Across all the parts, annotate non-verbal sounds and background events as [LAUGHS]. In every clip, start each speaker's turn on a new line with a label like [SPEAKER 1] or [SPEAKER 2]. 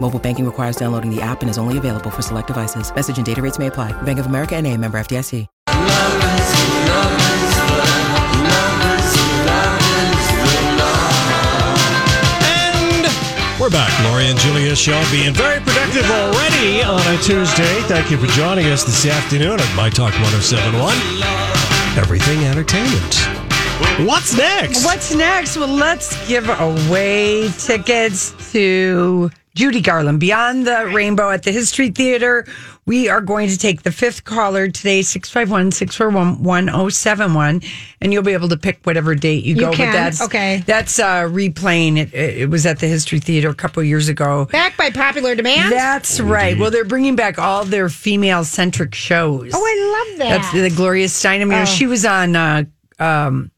[SPEAKER 1] Mobile banking requires downloading the app and is only available for select devices. Message and data rates may apply. Bank of America and a member FDIC.
[SPEAKER 2] And we're back. Lori and Julia Shaw being very productive already on a Tuesday. Thank you for joining us this afternoon at My Talk 1071. Everything Entertainment. What's next?
[SPEAKER 3] What's next? Well, let's give away tickets to Judy Garland Beyond the Rainbow at the History Theater. We are going to take the fifth caller today, 651 641 1071, and you'll be able to pick whatever date you,
[SPEAKER 4] You
[SPEAKER 3] go.
[SPEAKER 4] can?
[SPEAKER 3] that's
[SPEAKER 4] Okay.
[SPEAKER 3] That's uh, replaying. It, it it was at the History Theater a couple years ago.
[SPEAKER 4] Back by popular demand.
[SPEAKER 3] That's right. Well, they're bringing back all their female centric shows.
[SPEAKER 4] oh, I love that.
[SPEAKER 3] That's the Gloria Steinem. You
[SPEAKER 4] Oh.
[SPEAKER 3] know, she was on uh, um,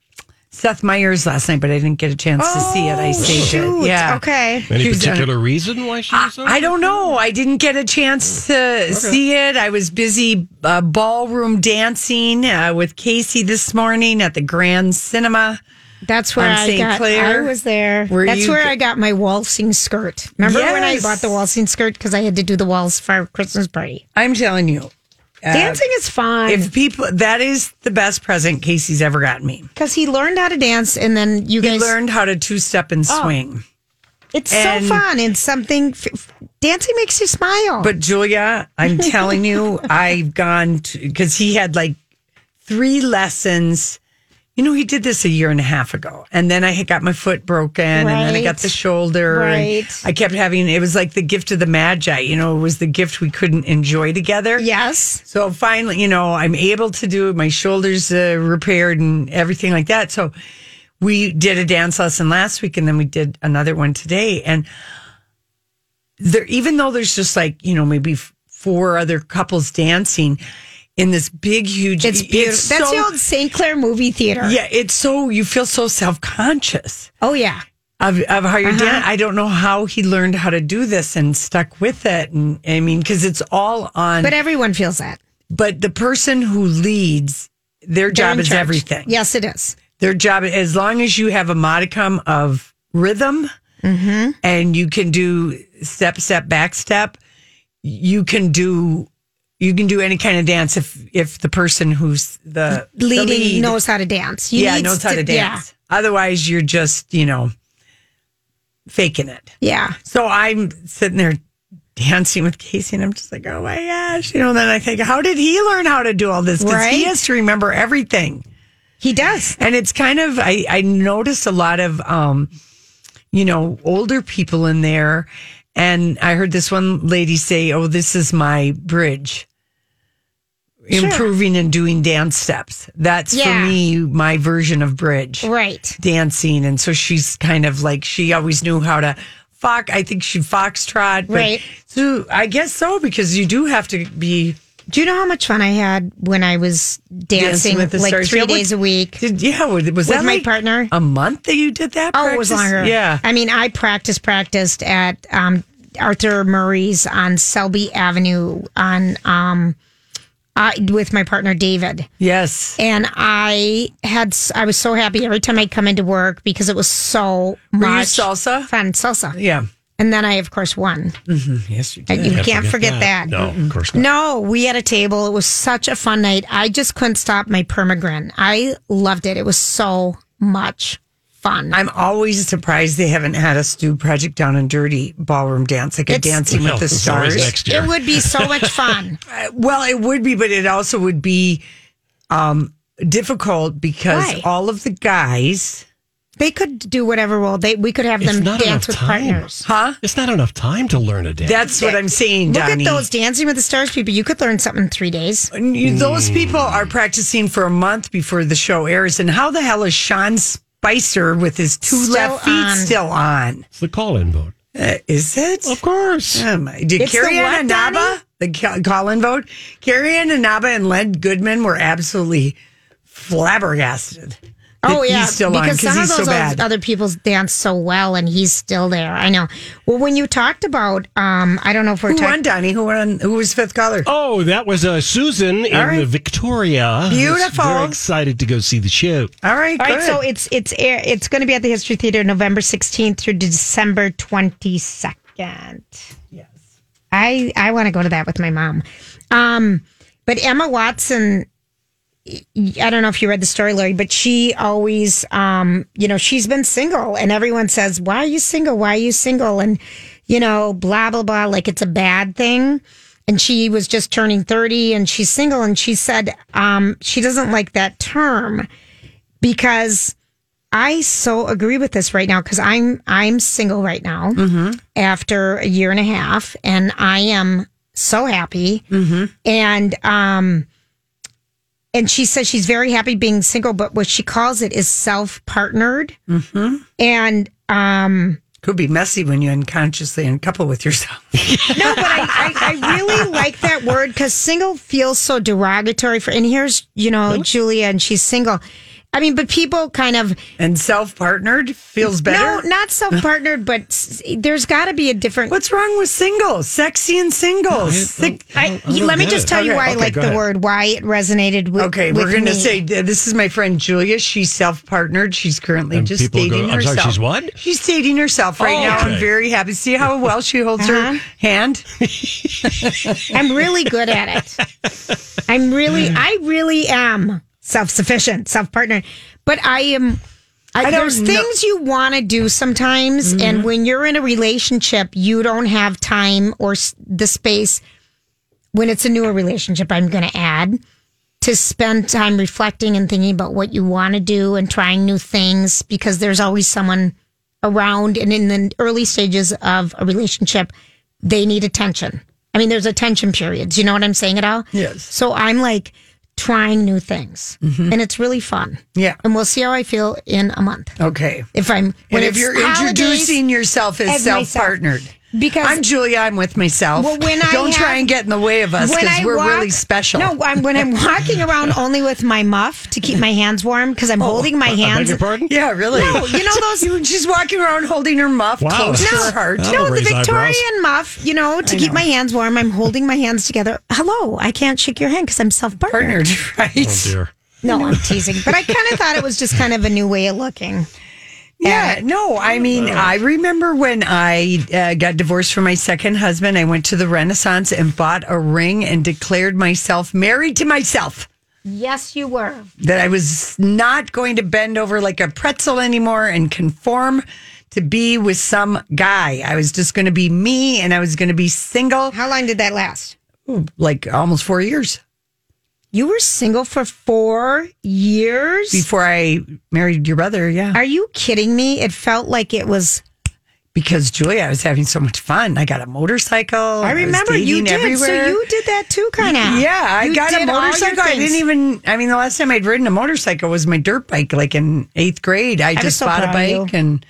[SPEAKER 3] Seth Meyers last night, but I didn't get a chance to see it. I
[SPEAKER 4] Oh,
[SPEAKER 3] saved
[SPEAKER 4] shoot.
[SPEAKER 3] it. Yeah.
[SPEAKER 4] Okay.
[SPEAKER 2] Any
[SPEAKER 3] She's done-
[SPEAKER 2] particular reason why she
[SPEAKER 3] I,
[SPEAKER 2] was on?
[SPEAKER 3] I don't know. I didn't get a chance to see it. I was busy uh, ballroom dancing uh, with Casey this morning at the Grand Cinema.
[SPEAKER 4] That's where
[SPEAKER 3] On
[SPEAKER 4] I
[SPEAKER 3] St.
[SPEAKER 4] got.
[SPEAKER 3] Clair?
[SPEAKER 4] I was there.
[SPEAKER 3] Were
[SPEAKER 4] That's
[SPEAKER 3] you-
[SPEAKER 4] where I got my waltzing skirt. Remember when I
[SPEAKER 3] Yes.
[SPEAKER 4] bought the waltzing skirt because I had to do the waltz for our Christmas party?
[SPEAKER 3] I'm telling you, uh,
[SPEAKER 4] Dancing is fun
[SPEAKER 3] If people, that is the best present Casey's ever gotten me.
[SPEAKER 4] because he learned how to dance, and then you
[SPEAKER 3] He
[SPEAKER 4] guys
[SPEAKER 3] learned how to two step and
[SPEAKER 4] Oh.
[SPEAKER 3] swing.
[SPEAKER 4] It's
[SPEAKER 3] and-
[SPEAKER 4] so fun and something. F- f- dancing makes you smile.
[SPEAKER 3] But Julia, I'm telling
[SPEAKER 4] [LAUGHS]
[SPEAKER 3] you, I've gone to because he had like three lessons. You know, he did this a year and a half ago, and then I had got my foot broken, and then I got
[SPEAKER 4] Right.
[SPEAKER 3] the shoulder. and
[SPEAKER 4] Right.
[SPEAKER 3] I kept having it was like the gift of the magi. You know, it was the gift we couldn't enjoy together.
[SPEAKER 4] yes,
[SPEAKER 3] So finally, you know, I'm able to do it. My shoulders uh, repaired and everything like that. So we did a dance lesson last week and then we did another one today. And there, even though there's just like, you know, maybe f- four other couples dancing in this big, huge,
[SPEAKER 4] it's beautiful. That's
[SPEAKER 3] so-
[SPEAKER 4] the old St. Clair movie theater.
[SPEAKER 3] yeah. It's so, you feel so self conscious
[SPEAKER 4] Oh yeah.
[SPEAKER 3] of, of how
[SPEAKER 4] Uh-huh.
[SPEAKER 3] you're dan- I don't know how he learned how to do this and stuck with it. And I mean, cause it's all on
[SPEAKER 4] But everyone feels that.
[SPEAKER 3] but the person who leads their
[SPEAKER 4] They're
[SPEAKER 3] job
[SPEAKER 4] in
[SPEAKER 3] is
[SPEAKER 4] charge.
[SPEAKER 3] everything
[SPEAKER 4] Yes, it is.
[SPEAKER 3] their job as long as you have a modicum of rhythm
[SPEAKER 4] Mm-hmm.
[SPEAKER 3] and you can do step step back step you can do you can do any kind of dance if if the person who's the the
[SPEAKER 4] Leading
[SPEAKER 3] lead,
[SPEAKER 4] knows how to dance. You
[SPEAKER 3] yeah
[SPEAKER 4] need
[SPEAKER 3] knows how to dance otherwise you're just you know faking it
[SPEAKER 4] Yeah. yeah.
[SPEAKER 3] so I'm sitting there dancing with Casey, and I'm just like, oh my gosh. You know, then I think, how did he learn how to do all this? Because he
[SPEAKER 4] Right?
[SPEAKER 3] has to remember everything.
[SPEAKER 4] He does.
[SPEAKER 3] And it's kind of, I, I noticed a lot of, um, you know, older people in there. And I heard this one lady say, oh, this is my bridge.
[SPEAKER 4] Sure.
[SPEAKER 3] Improving and doing dance steps. That's
[SPEAKER 4] Yeah.
[SPEAKER 3] for me, my version of bridge
[SPEAKER 4] Right.
[SPEAKER 3] dancing and so she's kind of like she always knew how to fox i think she foxtrot but-
[SPEAKER 4] Right.
[SPEAKER 3] so i guess so because you do have to be
[SPEAKER 4] Do you know how much fun I had when I was dancing,
[SPEAKER 3] with the
[SPEAKER 4] like
[SPEAKER 3] stars.
[SPEAKER 4] three
[SPEAKER 3] Yeah, what-
[SPEAKER 4] days a week
[SPEAKER 3] did, yeah was was
[SPEAKER 4] with
[SPEAKER 3] that
[SPEAKER 4] my
[SPEAKER 3] like
[SPEAKER 4] partner?
[SPEAKER 3] a month that you did that
[SPEAKER 4] Oh, it was
[SPEAKER 3] practice?
[SPEAKER 4] longer.
[SPEAKER 3] yeah
[SPEAKER 4] I mean, I practiced practiced at um, Arthur Murray's on Selby Avenue on um, uh, with my partner David,
[SPEAKER 3] yes
[SPEAKER 4] and I had s- I was so happy every time I come into work because it was so much
[SPEAKER 3] were you salsa
[SPEAKER 4] fun salsa.
[SPEAKER 3] yeah
[SPEAKER 4] And then I of course won.
[SPEAKER 3] yes you
[SPEAKER 4] And
[SPEAKER 3] did
[SPEAKER 4] you can't forget that.
[SPEAKER 2] No, of course not.
[SPEAKER 4] No, we had a table. It was such a fun night. I just couldn't stop my permagrin. I loved it. It was so much fun.
[SPEAKER 3] I'm always surprised they haven't had us do Project Down and Dirty ballroom dance, like a
[SPEAKER 4] It's-
[SPEAKER 3] Dancing
[SPEAKER 2] No,
[SPEAKER 3] with the
[SPEAKER 2] it's always
[SPEAKER 3] Stars.
[SPEAKER 2] next year.
[SPEAKER 4] it would be so much
[SPEAKER 3] [LAUGHS]
[SPEAKER 4] fun.
[SPEAKER 3] Well, it would be, but it also would be um, difficult because
[SPEAKER 4] Why?
[SPEAKER 3] all of the guys
[SPEAKER 4] They could do whatever role they. We could have
[SPEAKER 2] It's
[SPEAKER 4] them
[SPEAKER 2] not
[SPEAKER 4] dance
[SPEAKER 2] enough
[SPEAKER 4] with
[SPEAKER 2] time.
[SPEAKER 4] partners.
[SPEAKER 3] Huh?
[SPEAKER 2] It's not enough time to learn a dance.
[SPEAKER 3] That's what I'm saying,
[SPEAKER 4] Look
[SPEAKER 3] Donnie.
[SPEAKER 4] at those Dancing with the Stars people. You could learn something in three days.
[SPEAKER 3] And you- Those people are practicing for a month before the show airs. And how the hell is Sean Spicer with his two
[SPEAKER 4] Still
[SPEAKER 3] left feet
[SPEAKER 4] on.
[SPEAKER 3] still on?
[SPEAKER 2] It's the call-in vote.
[SPEAKER 3] Uh, is it?
[SPEAKER 2] Of course.
[SPEAKER 3] Um, did
[SPEAKER 4] It's the
[SPEAKER 3] Carrie
[SPEAKER 4] what,
[SPEAKER 3] Ann Anaba, the ca- call-in vote, Carrie Ann Anaba and Led Goodman were absolutely flabbergasted. that
[SPEAKER 4] Oh yeah,
[SPEAKER 3] he's still on
[SPEAKER 4] because
[SPEAKER 3] because
[SPEAKER 4] some of
[SPEAKER 3] he's
[SPEAKER 4] those
[SPEAKER 3] so bad.
[SPEAKER 4] other people dance so well, and he's still there. I know. Well, when you talked about, um, I don't know if we're
[SPEAKER 3] who won,
[SPEAKER 4] talking.
[SPEAKER 3] Donnie? Who won? Who was fifth caller?
[SPEAKER 2] Oh, that was uh, Susan in
[SPEAKER 3] right.
[SPEAKER 2] the Victoria.
[SPEAKER 3] Beautiful.
[SPEAKER 2] Very excited to go see the show.
[SPEAKER 3] All right,
[SPEAKER 4] Oh, All
[SPEAKER 3] good.
[SPEAKER 4] right, so it's it's air, it's going to be at the History Theater November sixteenth through December twenty second. Yes, I I want to go to that with my mom. Um, but Emma Watson, I don't know if you read the story, Larry, but she always, um, you know, she's been single, and everyone says, "Why are you single? Why are you single?" And you know, blah blah blah, like it's a bad thing. And she was just turning thirty, and she's single, and she said um, she doesn't like that term because I so agree with this right now because I'm I'm single right now after a year and a half, and I am so happy. And um, and she says she's very happy being single, but what she calls it is self partnered, and um,
[SPEAKER 3] Could be messy when you unconsciously uncouple with yourself.
[SPEAKER 4] No, but I, I, I really like that word because single feels so derogatory for. And here's you know Julia, and she's single. I mean, but people kind of
[SPEAKER 3] And self-partnered feels better.
[SPEAKER 4] no, not self partnered, but s- there's got to be a different.
[SPEAKER 3] What's wrong with single? Sexy and single. Sick-
[SPEAKER 4] I,
[SPEAKER 2] I don't
[SPEAKER 4] let me
[SPEAKER 2] get
[SPEAKER 4] just
[SPEAKER 2] it.
[SPEAKER 4] tell you
[SPEAKER 3] Oh, Okay,
[SPEAKER 4] why I
[SPEAKER 2] okay,
[SPEAKER 4] like
[SPEAKER 2] go
[SPEAKER 4] the
[SPEAKER 2] ahead.
[SPEAKER 4] word, why it resonated with.
[SPEAKER 3] Okay,
[SPEAKER 4] with
[SPEAKER 3] we're going to
[SPEAKER 4] me.
[SPEAKER 3] say uh, this is my friend Julia. She's self partnered. She's currently
[SPEAKER 2] And
[SPEAKER 3] just
[SPEAKER 2] people go,
[SPEAKER 3] dating
[SPEAKER 2] "I'm sorry,
[SPEAKER 3] herself.
[SPEAKER 2] she's what?"
[SPEAKER 3] She's dating herself right
[SPEAKER 2] Oh,
[SPEAKER 3] now.
[SPEAKER 2] okay.
[SPEAKER 3] I'm very happy. See how well she holds
[SPEAKER 4] Uh-huh.
[SPEAKER 3] her hand?
[SPEAKER 4] I'm really good at it.
[SPEAKER 3] [LAUGHS]
[SPEAKER 4] I'm really, I really am self sufficient, self partnered, but I am. I,
[SPEAKER 3] I don't
[SPEAKER 4] there's
[SPEAKER 3] know- Mm-hmm.
[SPEAKER 4] things you want to do sometimes, and when you're in a relationship, you don't have time or s- the space. When it's a newer relationship, I'm going to add to spend time reflecting and thinking about what you want to do and trying new things because there's always someone around and in the early stages of a relationship they need attention i mean there's attention periods you know what i'm saying at all
[SPEAKER 3] Yes. Mm-hmm.
[SPEAKER 4] so i'm like trying new things and it's really fun
[SPEAKER 3] Yeah.
[SPEAKER 4] and we'll see how i feel in a month
[SPEAKER 3] Okay.
[SPEAKER 4] if i'm
[SPEAKER 3] And
[SPEAKER 4] when
[SPEAKER 3] if
[SPEAKER 4] it's
[SPEAKER 3] you're
[SPEAKER 4] holidays-
[SPEAKER 3] introducing yourself as
[SPEAKER 4] as myself.
[SPEAKER 3] self partnered,
[SPEAKER 4] Because-
[SPEAKER 3] I'm Julia, I'm with myself.
[SPEAKER 4] Well, when I
[SPEAKER 3] Don't try
[SPEAKER 4] have-
[SPEAKER 3] and get in the way of us
[SPEAKER 4] When
[SPEAKER 3] because
[SPEAKER 4] I
[SPEAKER 3] we're
[SPEAKER 4] walk-
[SPEAKER 3] really special.
[SPEAKER 4] No, I'm, when I'm walking around only with my muff to keep my hands warm because
[SPEAKER 3] Oh,
[SPEAKER 4] I'm holding my
[SPEAKER 2] I beg
[SPEAKER 4] hands
[SPEAKER 2] your pardon?
[SPEAKER 3] Yeah, really.
[SPEAKER 4] No, you know those-
[SPEAKER 3] You- [LAUGHS] She's walking around holding her muff
[SPEAKER 2] Wow.
[SPEAKER 3] close to
[SPEAKER 2] No.
[SPEAKER 3] her heart.
[SPEAKER 2] That'll
[SPEAKER 4] No, the
[SPEAKER 2] raise
[SPEAKER 4] Victorian
[SPEAKER 2] eyebrows.
[SPEAKER 4] muff, you know, to keep my hands warm. I'm holding my hands together. Hello, I can't shake your hand because I'm self partnered.
[SPEAKER 3] Partnered, right?
[SPEAKER 2] [LAUGHS] Oh, dear.
[SPEAKER 4] No, I'm teasing. But I kind of thought it was just kind of a new way of looking.
[SPEAKER 3] Yeah, no, I mean, I remember when I uh, got divorced from my second husband, I went to the Renaissance and bought a ring and declared myself married to myself.
[SPEAKER 4] Yes, you were.
[SPEAKER 3] That I was not going to bend over like a pretzel anymore and conform to be with some guy. I was just going to be me and I was going to be single
[SPEAKER 4] How long did that last?
[SPEAKER 3] like almost four years
[SPEAKER 4] You were single for four years.
[SPEAKER 3] before I married your brother. Yeah.
[SPEAKER 4] Are you kidding me? It felt like it was.
[SPEAKER 3] Because Julia, I was having so much fun. I got a motorcycle.
[SPEAKER 4] I
[SPEAKER 3] was
[SPEAKER 4] remember
[SPEAKER 3] dating
[SPEAKER 4] you did.
[SPEAKER 3] everywhere.
[SPEAKER 4] So you did that too, kind of.
[SPEAKER 3] Yeah, I
[SPEAKER 4] You
[SPEAKER 3] got a
[SPEAKER 4] did all your
[SPEAKER 3] motorcycle. I
[SPEAKER 4] things.
[SPEAKER 3] didn't even. I mean, the last time I'd ridden a motorcycle was my dirt bike, like in eighth grade. I, just
[SPEAKER 4] so
[SPEAKER 3] bought a
[SPEAKER 4] proud of
[SPEAKER 3] bike, and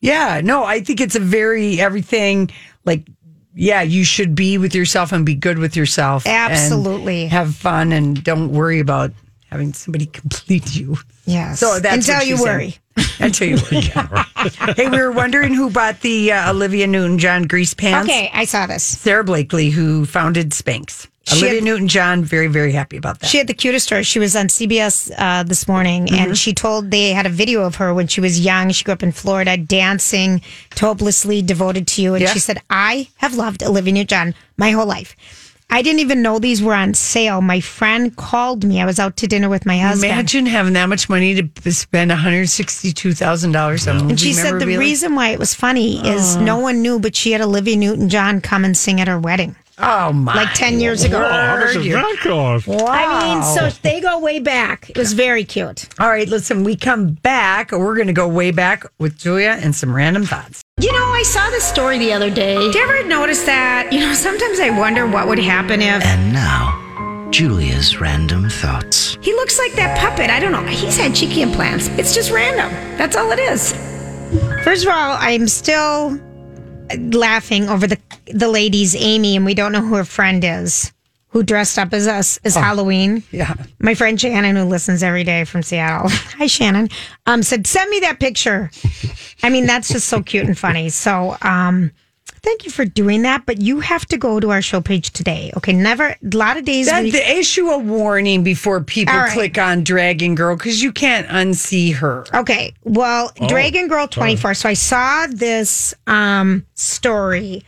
[SPEAKER 3] yeah, no, I think it's a very everything. Like, yeah, you should be with yourself and be good with yourself. and
[SPEAKER 4] Absolutely.
[SPEAKER 3] have fun and don't worry about having somebody [LAUGHS] complete you.
[SPEAKER 4] Yes.
[SPEAKER 3] So that's
[SPEAKER 4] until
[SPEAKER 3] what she
[SPEAKER 4] you
[SPEAKER 3] said.
[SPEAKER 4] worry.
[SPEAKER 3] Until you worry.
[SPEAKER 4] [LAUGHS]
[SPEAKER 3] hey, we were wondering who bought the uh, Olivia Newton-John grease pants.
[SPEAKER 4] Okay, I saw this.
[SPEAKER 3] Sarah Blakely, who founded Spanx.
[SPEAKER 4] She
[SPEAKER 3] Olivia
[SPEAKER 4] had-
[SPEAKER 3] Newton-John, very, very happy about that.
[SPEAKER 4] She had the cutest story. She was on CBS uh, this morning,
[SPEAKER 3] Mm-hmm.
[SPEAKER 4] and she told they had a video of her when she was young. She grew up in Florida, dancing, hopelessly devoted to you. And
[SPEAKER 3] Yeah.
[SPEAKER 4] she said, "I have loved Olivia Newton-John my whole life. I didn't even know these were on sale. My friend called me. I was out to dinner with my husband.
[SPEAKER 3] Imagine having that much money to p- spend one hundred sixty-two thousand dollars on.
[SPEAKER 4] and she said the reason why it was funny is no one knew, but she had Olivia Newton-John come and sing at her wedding.
[SPEAKER 3] Oh my!
[SPEAKER 4] like 10 years ago.
[SPEAKER 2] Oh, how much does that cost?
[SPEAKER 3] Wow.
[SPEAKER 4] I mean, so they go way back. It was very cute.
[SPEAKER 3] all right, listen. We come back. We're going to go way back with Julia and some random thoughts.
[SPEAKER 4] You know, I saw this story the other day. Did you ever notice that? You know, sometimes I wonder what would happen if
[SPEAKER 5] And now, Julia's random thoughts.
[SPEAKER 4] he looks like that puppet. I don't know. He's had cheeky implants. It's just random. That's all it is. First of all, I'm still laughing over the the lady's Amy, and we don't know who her friend is who dressed up as us as Halloween.
[SPEAKER 3] Yeah.
[SPEAKER 4] My friend Shannon, who listens every day from Seattle, [LAUGHS] hi Shannon, um, said, "Send me that picture." I mean, that's just so cute and funny. So, um, thank you for doing that. But you have to go to our show page today. Okay, never a lot of days.
[SPEAKER 3] That,
[SPEAKER 4] we-
[SPEAKER 3] the issue a warning before people
[SPEAKER 4] All right.
[SPEAKER 3] click on Dragon Girl because you can't unsee her.
[SPEAKER 4] Okay. Well,
[SPEAKER 3] Oh,
[SPEAKER 4] Dragon Girl 24. So I saw this um, story.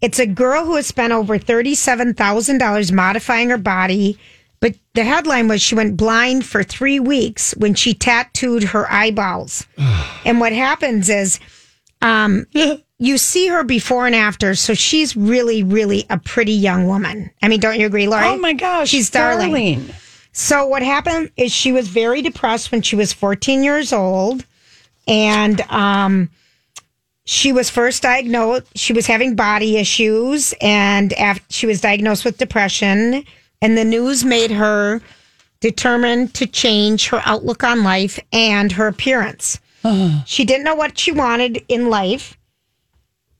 [SPEAKER 4] It's a girl who has spent over $37,000 modifying her body. But the headline was she went blind for three weeks when she tattooed her
[SPEAKER 3] [SIGHS]
[SPEAKER 4] eyeballs. and what happens is
[SPEAKER 3] [LAUGHS]
[SPEAKER 4] um, you see her before and after. So she's really, really a pretty young woman. I mean, don't you agree, Lori?
[SPEAKER 3] Oh my gosh,
[SPEAKER 4] She's darling. So what happened is she was very depressed when she was 14 years old, and um, she was first diagnosed. She was having body issues, and after she was diagnosed with depression, and the news made her determined to change her outlook on life and her appearance. She didn't know what she wanted in life,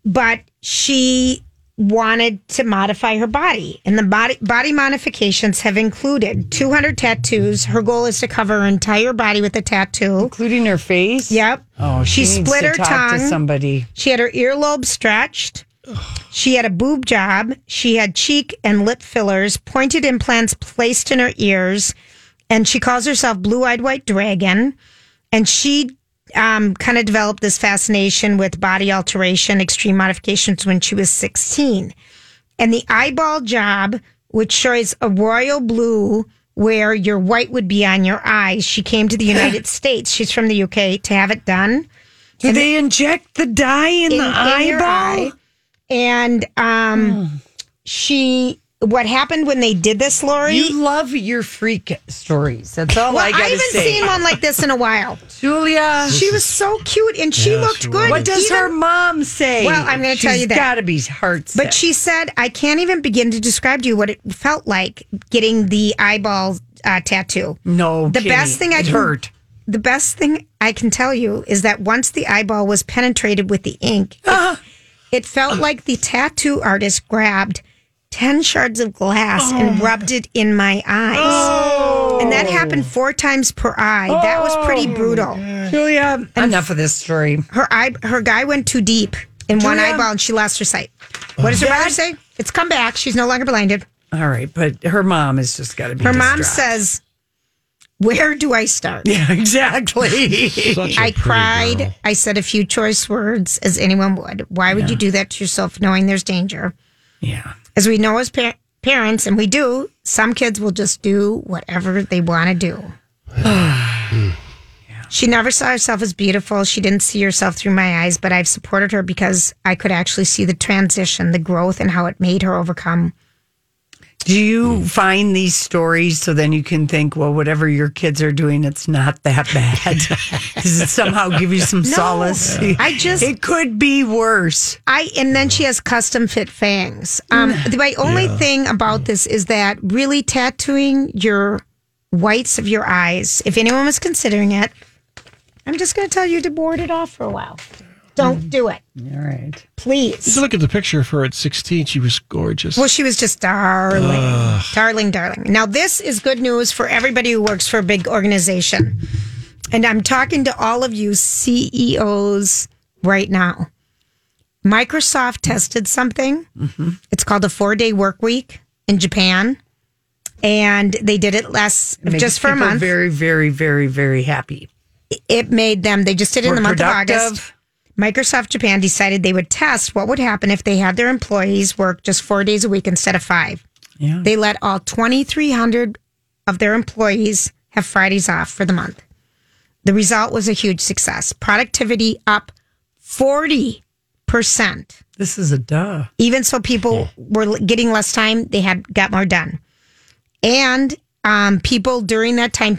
[SPEAKER 4] but she wanted to modify her body. And the body body modifications have included 200 tattoos. Her goal is to cover her entire body with a tattoo.
[SPEAKER 3] including her face.
[SPEAKER 4] Yep.
[SPEAKER 3] Oh, she,
[SPEAKER 4] She
[SPEAKER 3] needs
[SPEAKER 4] split
[SPEAKER 3] to
[SPEAKER 4] her
[SPEAKER 3] talk to
[SPEAKER 4] tongue.
[SPEAKER 3] somebody.
[SPEAKER 4] She had her earlobe stretched. She had a boob job. She had cheek and lip fillers, pointed implants placed in her ears, and she calls herself Blue Eyed White Dragon. And she um, kind of developed this fascination with body alteration, extreme modifications when she was 16. And the eyeball job, which shows a royal blue where your white would be on your eyes. She came to the United States. She's from the UK to have it done
[SPEAKER 3] Do they inject the dye in, the
[SPEAKER 4] in your
[SPEAKER 3] eyeball? Hmm.
[SPEAKER 4] eye. And um, she, what happened when they did this, Lori?
[SPEAKER 3] You love your freak stories. That's all
[SPEAKER 4] well,
[SPEAKER 3] I
[SPEAKER 4] I,
[SPEAKER 3] gotta
[SPEAKER 4] haven't
[SPEAKER 3] say.
[SPEAKER 4] seen one like this in a while.
[SPEAKER 3] Julia,
[SPEAKER 4] She was so cute and she
[SPEAKER 2] Yeah,
[SPEAKER 4] looked
[SPEAKER 2] she
[SPEAKER 4] good.
[SPEAKER 2] was.
[SPEAKER 3] what does
[SPEAKER 4] Even-
[SPEAKER 3] her mom say?
[SPEAKER 4] Well, I'm gonna tell you that.
[SPEAKER 3] She's got to be heart
[SPEAKER 4] But she said, I can't even begin to describe to you what it felt like getting the eyeball uh, tattoo.
[SPEAKER 3] no,
[SPEAKER 4] the
[SPEAKER 3] Kitty,
[SPEAKER 4] best thing I
[SPEAKER 3] it
[SPEAKER 4] can-
[SPEAKER 3] hurt.
[SPEAKER 4] The best thing I can tell you is that once the eyeball was penetrated with the ink, it, it felt like the tattoo artist grabbed 10 shards of glass and rubbed it in my eyes. And that happened four times per eye. that was pretty brutal.
[SPEAKER 3] Julia, enough of this story.
[SPEAKER 4] Her eye, her guy went too deep in one
[SPEAKER 3] Julia-
[SPEAKER 4] eyeball and she lost her sight. What does her brother say? It's come back. She's no longer blinded.
[SPEAKER 3] All right, but her mom has just got to be.
[SPEAKER 4] Her mom
[SPEAKER 3] distraught.
[SPEAKER 4] says, Where do I
[SPEAKER 3] [LAUGHS]
[SPEAKER 4] start?
[SPEAKER 3] Yeah, exactly. [LAUGHS]
[SPEAKER 2] Such a pretty
[SPEAKER 4] I cried.
[SPEAKER 2] girl.
[SPEAKER 4] I said a few choice words, as anyone would. Why would you do that to yourself, knowing there's danger?
[SPEAKER 3] yeah.
[SPEAKER 4] As we know as par- parents, and we do, some kids will just do whatever they want to do. [SIGHS] She never saw herself as beautiful. She didn't see herself through my eyes, but I've supported her because I could actually see the transition, the growth, and how it made her overcome.
[SPEAKER 3] Do you find these stories so then you can think, well, whatever your kids are doing, it's not that bad? [LAUGHS] Does it somehow give you some solace?
[SPEAKER 4] I just-
[SPEAKER 3] it could be worse.
[SPEAKER 4] I and then she has custom fit fangs. Um, the- my only thing about this is that really tattooing your whites of your eyes. If anyone was considering it, I'm just going to tell you to board it off for a while. Don't do it,
[SPEAKER 3] All right.
[SPEAKER 4] please.
[SPEAKER 6] If you look at the picture of her at 16, she was gorgeous.
[SPEAKER 4] Well, she was just darling, darling, darling. Now, this is good news for everybody who works for a big organization. And I'm talking to all of you CEOs right now. Microsoft tested something.
[SPEAKER 3] Mm-hmm.
[SPEAKER 4] It's called a four day work week in Japan. And they did it less,
[SPEAKER 3] Makes
[SPEAKER 4] just for a
[SPEAKER 3] people
[SPEAKER 4] month.
[SPEAKER 3] Very, very, very, very happy.
[SPEAKER 4] it made them, they just did it in
[SPEAKER 3] We're
[SPEAKER 4] the month of August.
[SPEAKER 3] productive.
[SPEAKER 4] Microsoft Japan decided they would test what would happen if they had their employees work just four days a week instead of five.
[SPEAKER 3] Yeah.
[SPEAKER 4] They let all 2,300 of their employees have Fridays off for the month. The result was a huge success. Productivity up 40% percent.
[SPEAKER 3] This is a duh.
[SPEAKER 4] Even so, people were l- getting less time; they had got more done, and um, people during that time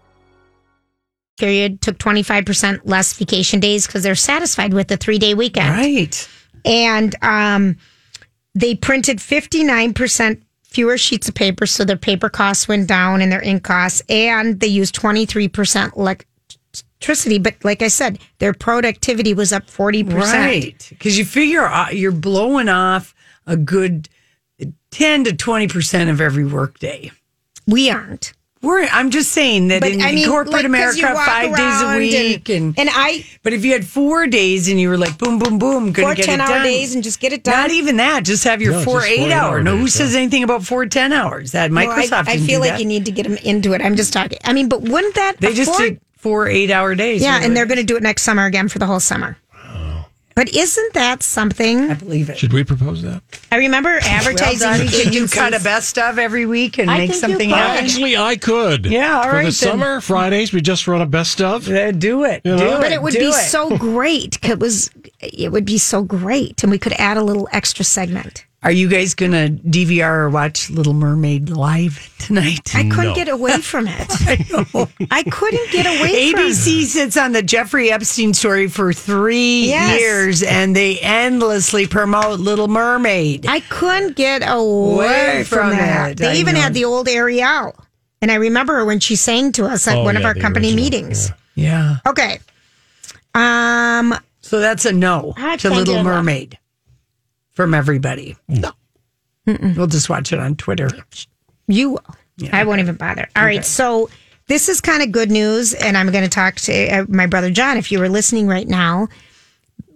[SPEAKER 4] period took 25% less vacation days because they're satisfied with the three day weekend.
[SPEAKER 3] Right.
[SPEAKER 4] And um, they printed 59% fewer sheets of paper. So their paper costs went down and their ink costs. And they used 23% electricity. But like I said, their productivity was up 40%.
[SPEAKER 3] Right. Because you figure out you're blowing off a good 10 to 20% of every workday.
[SPEAKER 4] We aren't.
[SPEAKER 3] We're, I'm just saying that
[SPEAKER 4] But
[SPEAKER 3] in
[SPEAKER 4] I mean,
[SPEAKER 3] corporate
[SPEAKER 4] like, 'cause
[SPEAKER 3] America,
[SPEAKER 4] you walk
[SPEAKER 3] five days a
[SPEAKER 4] around
[SPEAKER 3] week. And,
[SPEAKER 4] and I,
[SPEAKER 3] But if you had four days and you were like, boom, boom, boom, going
[SPEAKER 4] four
[SPEAKER 3] to get
[SPEAKER 4] 10
[SPEAKER 3] it
[SPEAKER 4] hour
[SPEAKER 3] done.
[SPEAKER 4] days and just get it done.
[SPEAKER 3] Not even that. Just have your
[SPEAKER 2] No,
[SPEAKER 3] four
[SPEAKER 2] just
[SPEAKER 3] eight hour.
[SPEAKER 2] four-hour
[SPEAKER 3] No, who
[SPEAKER 2] days,
[SPEAKER 3] says anything about four ten hours? That
[SPEAKER 4] No, I-
[SPEAKER 3] Microsoft.
[SPEAKER 4] I,
[SPEAKER 3] didn't do
[SPEAKER 4] feel like
[SPEAKER 3] that.
[SPEAKER 4] you need to get them into it. I'm just talking. I mean, but wouldn't that
[SPEAKER 3] They just
[SPEAKER 4] afford-
[SPEAKER 3] did four eight hour days.
[SPEAKER 4] Yeah, and
[SPEAKER 3] Really.
[SPEAKER 4] they're going to do it next summer again for the whole summer. But isn't that
[SPEAKER 3] I
[SPEAKER 4] something?
[SPEAKER 3] believe it.
[SPEAKER 6] Should we propose that?
[SPEAKER 4] I remember advertising.
[SPEAKER 3] Well done. Could you
[SPEAKER 4] agencies-
[SPEAKER 3] cut a best of every week and
[SPEAKER 7] I
[SPEAKER 3] make
[SPEAKER 7] think you
[SPEAKER 3] something
[SPEAKER 7] could.
[SPEAKER 3] happen?
[SPEAKER 2] Actually, I could.
[SPEAKER 3] Yeah, all
[SPEAKER 2] For
[SPEAKER 3] right
[SPEAKER 2] the
[SPEAKER 3] then.
[SPEAKER 2] summer Fridays, we just run a best of.
[SPEAKER 3] Uh, do it.
[SPEAKER 2] You
[SPEAKER 3] do
[SPEAKER 2] know?
[SPEAKER 3] it.
[SPEAKER 4] But it would
[SPEAKER 3] do
[SPEAKER 4] be
[SPEAKER 3] it.
[SPEAKER 4] so great. 'cause It was. It would be so great, and we could add a little extra segment.
[SPEAKER 3] Are you guys going to DVR or watch Little Mermaid live tonight? [LAUGHS]
[SPEAKER 4] I couldn't
[SPEAKER 2] No.
[SPEAKER 4] get away
[SPEAKER 2] [LAUGHS]
[SPEAKER 4] from it. I couldn't get away from it.
[SPEAKER 3] ABC sits on the Jeffrey Epstein story for three
[SPEAKER 4] Yes.
[SPEAKER 3] years and they endlessly promote Little Mermaid.
[SPEAKER 4] I couldn't get away
[SPEAKER 3] Away
[SPEAKER 4] from,
[SPEAKER 3] from
[SPEAKER 4] that.
[SPEAKER 3] it,
[SPEAKER 4] They
[SPEAKER 3] I
[SPEAKER 4] even
[SPEAKER 3] know.
[SPEAKER 4] had the old Ariel, and I remember her when she sang to us at
[SPEAKER 2] Oh,
[SPEAKER 4] one of
[SPEAKER 2] yeah,
[SPEAKER 4] our
[SPEAKER 2] the
[SPEAKER 4] company
[SPEAKER 2] original,
[SPEAKER 4] meetings.
[SPEAKER 3] Yeah.
[SPEAKER 4] Okay. Um.
[SPEAKER 3] So that's a no
[SPEAKER 4] I
[SPEAKER 3] to
[SPEAKER 4] can't do
[SPEAKER 3] Little
[SPEAKER 4] that.
[SPEAKER 3] Mermaid from everybody. No. We'll just watch it on Twitter.
[SPEAKER 4] You will. I won't even bother. All right. So this is kind of good news, and I'm going to talk to uh, my brother John. If you were listening right now,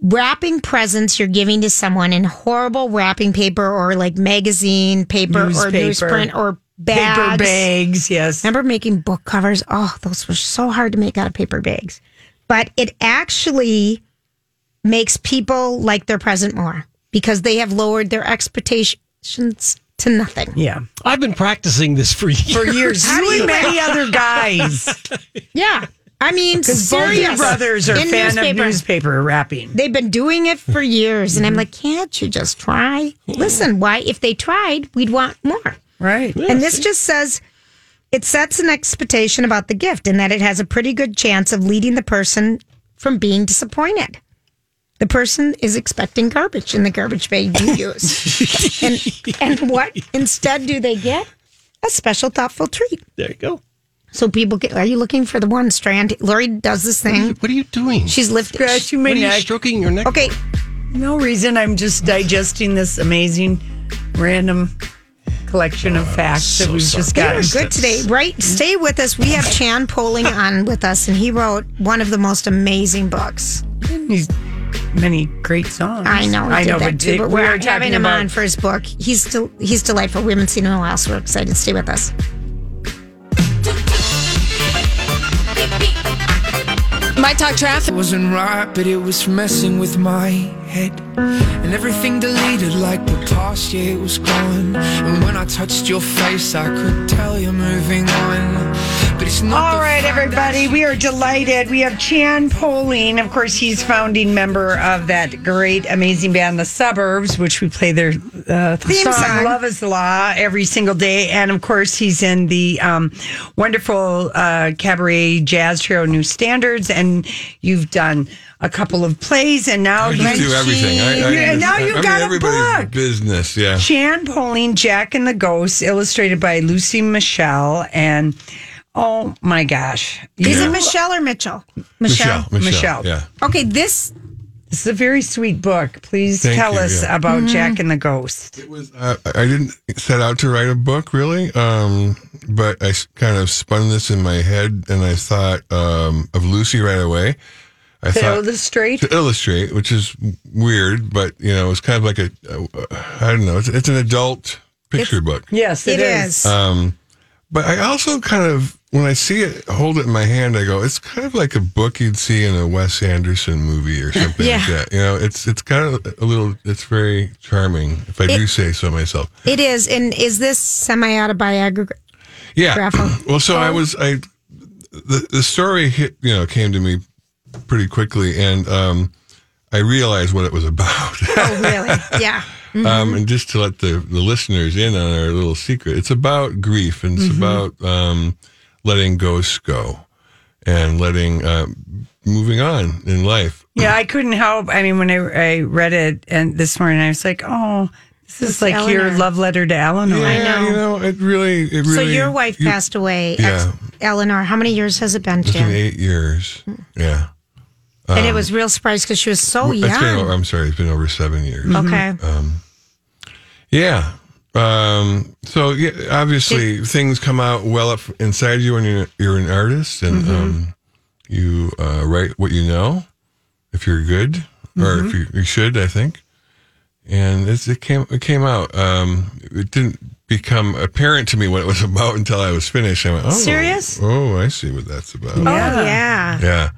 [SPEAKER 4] wrapping presents you're giving to someone in horrible wrapping paper or like magazine paper
[SPEAKER 3] Newspaper.
[SPEAKER 4] or newsprint or bags.
[SPEAKER 3] Paper bags, yes.
[SPEAKER 4] Remember making book covers? Oh, those were so hard to make out of paper bags. But it actually makes people like their present more because they have lowered their expectations to nothing.
[SPEAKER 3] Yeah.
[SPEAKER 2] I've been practicing this for [LAUGHS] years.
[SPEAKER 3] For years.
[SPEAKER 4] do
[SPEAKER 3] [LAUGHS] you
[SPEAKER 4] you-
[SPEAKER 3] and many other guys.
[SPEAKER 4] Yeah.
[SPEAKER 3] [LAUGHS]
[SPEAKER 4] I mean,
[SPEAKER 3] Because both
[SPEAKER 4] [LAUGHS] serious.
[SPEAKER 3] your brothers are
[SPEAKER 4] In
[SPEAKER 3] fan
[SPEAKER 4] newspaper.
[SPEAKER 3] of newspaper wrapping.
[SPEAKER 4] They've been doing it for years.
[SPEAKER 3] Mm-hmm.
[SPEAKER 4] And I'm like, can't you just try? Listen, why? If they tried, we'd want more.
[SPEAKER 3] Right.
[SPEAKER 4] and this just says it sets an expectation about the gift and that it has a pretty good chance of leading the person from being disappointed. The person is expecting garbage in the garbage
[SPEAKER 3] [LAUGHS]
[SPEAKER 4] bag you use. and, and what instead do they get? A special thoughtful treat.
[SPEAKER 6] There you go.
[SPEAKER 4] So people get, are you looking for the one strand? Lori does this thing.
[SPEAKER 6] What are you doing?
[SPEAKER 4] She's lifted.
[SPEAKER 3] Scratch you
[SPEAKER 6] what are
[SPEAKER 3] may
[SPEAKER 6] you
[SPEAKER 3] not.
[SPEAKER 6] stroking your neck?
[SPEAKER 4] Okay,
[SPEAKER 3] No reason. I'm just digesting this amazing random collection of facts that we've just
[SPEAKER 4] We're
[SPEAKER 3] got.
[SPEAKER 4] good today, right? Stay with us. We have Chan Poling on with us, and he wrote one of the most amazing books.
[SPEAKER 3] These many great songs.
[SPEAKER 4] I know, he
[SPEAKER 3] I
[SPEAKER 4] did
[SPEAKER 3] know,
[SPEAKER 4] that
[SPEAKER 3] but,
[SPEAKER 4] too,
[SPEAKER 3] it-
[SPEAKER 4] but
[SPEAKER 3] we
[SPEAKER 4] we're
[SPEAKER 3] are talking
[SPEAKER 4] having him
[SPEAKER 3] about
[SPEAKER 4] on for his book. He's still he's delightful. We haven't seen him in a while, so we're excited. Stay with us.
[SPEAKER 8] My talk traffic wasn't right, but it was messing with my head. And everything deleted like the past year was gone. And when I touched your face, I could tell you're moving on. But it's not
[SPEAKER 3] All
[SPEAKER 8] the
[SPEAKER 3] right,
[SPEAKER 8] fun that
[SPEAKER 3] everybody, we are delighted. We have Chan Poling. Of course, he's founding member of that great, amazing band, The Suburbs, which we play their uh,
[SPEAKER 4] Theme
[SPEAKER 3] song,
[SPEAKER 4] song.
[SPEAKER 3] Love is Law, every single day. And of course, he's in the um, wonderful uh, Cabaret Jazz Trio New Standards. And you've done a couple of plays, and now
[SPEAKER 9] I
[SPEAKER 3] you-
[SPEAKER 9] just Oh, do everything. I, I,
[SPEAKER 3] Yeah, now you've
[SPEAKER 9] I mean,
[SPEAKER 3] got a
[SPEAKER 9] everybody's
[SPEAKER 3] book.
[SPEAKER 9] business. Yeah.
[SPEAKER 3] Jan Pauline, Jack and the Ghost, illustrated by Lucy Michelle. And oh my gosh.
[SPEAKER 4] Is
[SPEAKER 9] Yeah.
[SPEAKER 4] it Michelle or Mitchell?
[SPEAKER 9] Michelle. Michelle.
[SPEAKER 3] Michelle.
[SPEAKER 9] Yeah.
[SPEAKER 4] Okay, this
[SPEAKER 3] This is a very sweet book. Please
[SPEAKER 9] Thank
[SPEAKER 3] tell
[SPEAKER 9] you,
[SPEAKER 3] us
[SPEAKER 9] yeah. Mm-hmm.
[SPEAKER 3] about Jack and the Ghost.
[SPEAKER 9] It was. Uh, I didn't set out to write a book really, um, but I s- kind of spun this in my head, and I thought um, of Lucy right away. I
[SPEAKER 3] To
[SPEAKER 9] thought
[SPEAKER 3] illustrate,
[SPEAKER 9] to illustrate, which is weird, but you know, it's kind of like a. Uh, I don't know. It's, it's an adult picture book.
[SPEAKER 3] yes,
[SPEAKER 4] it
[SPEAKER 3] is.
[SPEAKER 4] is.
[SPEAKER 9] Um, but I also kind of, when I see it, hold it in my hand, I go, it's kind of like a book you'd see in a Wes Anderson movie
[SPEAKER 4] [LAUGHS]
[SPEAKER 9] or something like that. You know, it's it's kind of a little, it's very charming, if I do say so myself.
[SPEAKER 4] It is. And is this semi autobiographical?
[SPEAKER 9] Yeah.
[SPEAKER 4] Graphic.
[SPEAKER 9] well, so I was, I, the, the story hit, you know, came to me pretty quickly and, um, I realized what it was about.
[SPEAKER 4] [LAUGHS]
[SPEAKER 9] [LAUGHS]
[SPEAKER 4] Oh, really? Yeah.
[SPEAKER 9] Um, and just to let the, the listeners in on our little secret, it's about grief and
[SPEAKER 4] Mm-hmm.
[SPEAKER 9] it's about um, letting ghosts go and letting uh, moving on in life.
[SPEAKER 3] Yeah, I couldn't help. I mean, when I, I read it and this morning, I was like, oh, this is like your
[SPEAKER 4] Eleanor.
[SPEAKER 3] love letter to Eleanor.
[SPEAKER 9] Yeah, You know, it really, it really.
[SPEAKER 4] Oh, So your wife
[SPEAKER 9] you-
[SPEAKER 4] passed away,
[SPEAKER 9] Yeah.
[SPEAKER 4] ex- Eleanor. How many years has it been,
[SPEAKER 9] It's been
[SPEAKER 4] Jim? Hmm.
[SPEAKER 9] eight years. Yeah.
[SPEAKER 4] and it was real surprise because she was so
[SPEAKER 9] It's been, um, mm-hmm.
[SPEAKER 4] young.
[SPEAKER 9] o- I'm sorry, it's been over seven years.
[SPEAKER 4] Okay.
[SPEAKER 9] Yeah. Um, so yeah, obviously things come out well up inside you when you're, you're an artist and
[SPEAKER 4] Mm-hmm.
[SPEAKER 9] um, you uh, write what you know, if you're good or if
[SPEAKER 4] Mm-hmm.
[SPEAKER 9] you, you should, I think. And it's, it came it came out. Um, it didn't become apparent to me what it was [LAUGHS] about until I was finished. I went, oh,
[SPEAKER 4] Serious?
[SPEAKER 9] Oh, I see what that's about.
[SPEAKER 4] Oh, yeah.
[SPEAKER 9] Yeah.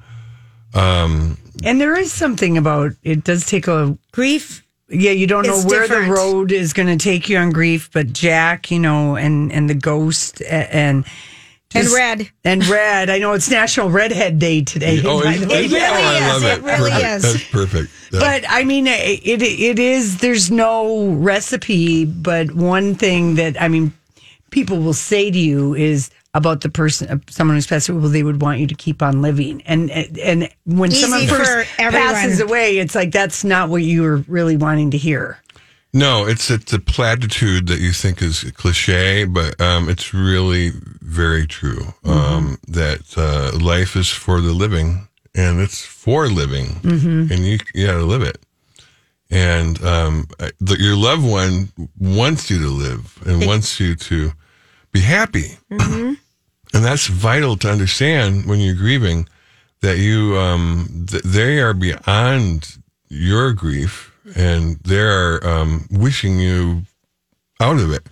[SPEAKER 9] Um,
[SPEAKER 3] And there is something about it does take a
[SPEAKER 4] Grief.
[SPEAKER 3] yeah, you don't
[SPEAKER 4] It's
[SPEAKER 3] know where
[SPEAKER 4] different.
[SPEAKER 3] the road is going to take you on grief, but Jack, you know, and and the ghost a- and
[SPEAKER 4] And
[SPEAKER 3] just-
[SPEAKER 4] red.
[SPEAKER 3] and red. I know it's National Redhead Day today.
[SPEAKER 9] Oh,
[SPEAKER 3] by
[SPEAKER 9] is-
[SPEAKER 3] the
[SPEAKER 9] is
[SPEAKER 3] way.
[SPEAKER 4] it? really
[SPEAKER 9] Oh, I
[SPEAKER 4] is.
[SPEAKER 9] love
[SPEAKER 4] It really
[SPEAKER 9] Perfect.
[SPEAKER 4] is.
[SPEAKER 9] That's perfect. Yeah.
[SPEAKER 3] But I mean, it, it it is. There's no recipe, but one thing that I mean, people will say to you is about the person, uh, someone who's passed away. Well, they would want you to keep on living, and and, and when
[SPEAKER 4] Easy
[SPEAKER 3] someone
[SPEAKER 4] for
[SPEAKER 3] first
[SPEAKER 4] everyone.
[SPEAKER 3] passes away, it's like that's not what you were really wanting to hear.
[SPEAKER 9] No, it's it's a platitude that you think is cliche, but um, it's really very true. Um, that uh, life is for the living, and it's for living, and you you got to live it. And um, I- the, your loved one wants you to live and wants you to be happy, and that's vital to understand when you're grieving that you um th- they are beyond your grief and they're um wishing you out of it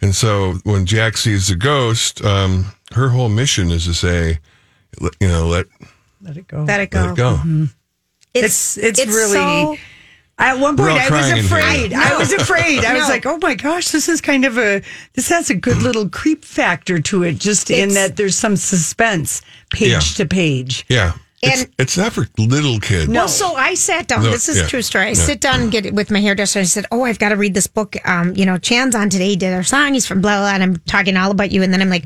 [SPEAKER 9] and so when jack sees the ghost um her whole mission is to say let- you know let,
[SPEAKER 3] Let it go.
[SPEAKER 4] Let it go. Mm-hmm.
[SPEAKER 9] let it go
[SPEAKER 3] It's it's, really.
[SPEAKER 4] so-
[SPEAKER 3] at one
[SPEAKER 9] We're
[SPEAKER 3] point, I
[SPEAKER 9] all crying in
[SPEAKER 3] was
[SPEAKER 9] here.
[SPEAKER 3] afraid. I was afraid. I was
[SPEAKER 4] No.
[SPEAKER 3] like, "Oh my gosh, this is kind of a this has a good little creep factor to it, just in
[SPEAKER 4] It's-
[SPEAKER 3] that there's some suspense page
[SPEAKER 9] Yeah.
[SPEAKER 3] to page."
[SPEAKER 9] yeah it's,
[SPEAKER 4] And-
[SPEAKER 9] it's not for little kids
[SPEAKER 4] Well, so I sat down.
[SPEAKER 9] No,
[SPEAKER 4] this is
[SPEAKER 9] yeah,
[SPEAKER 4] a true story. I sit down and get it with my hairdresser. I said, "Oh, I've got to read this book. Um, you know, Chan's on today. He did our song. He's from blah blah." blah and I'm talking all about you, and then I'm like,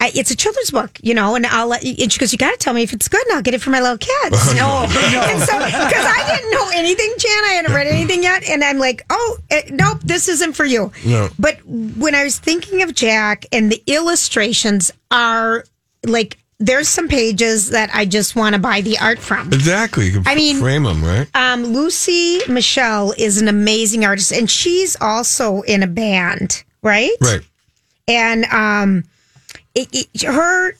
[SPEAKER 4] I, "It's a children's book, you know." And I'll let. You, and she goes, "You got to tell me if it's good, and I'll get it for my little
[SPEAKER 9] [LAUGHS] Oh,
[SPEAKER 4] kids." no, And so because I didn't know anything, Chan, I hadn't read anything yet, and I'm like, "Oh, eh, nope, this isn't for you."
[SPEAKER 9] No.
[SPEAKER 4] But when I was thinking of Jack, and the illustrations are like. There's some pages that I just want to buy the art from.
[SPEAKER 9] exactly you can
[SPEAKER 4] I mean-
[SPEAKER 9] frame them right
[SPEAKER 4] Um, Lucy Michelle is an amazing artist, and she's also in a band, right?
[SPEAKER 9] right
[SPEAKER 4] And um, it, it, her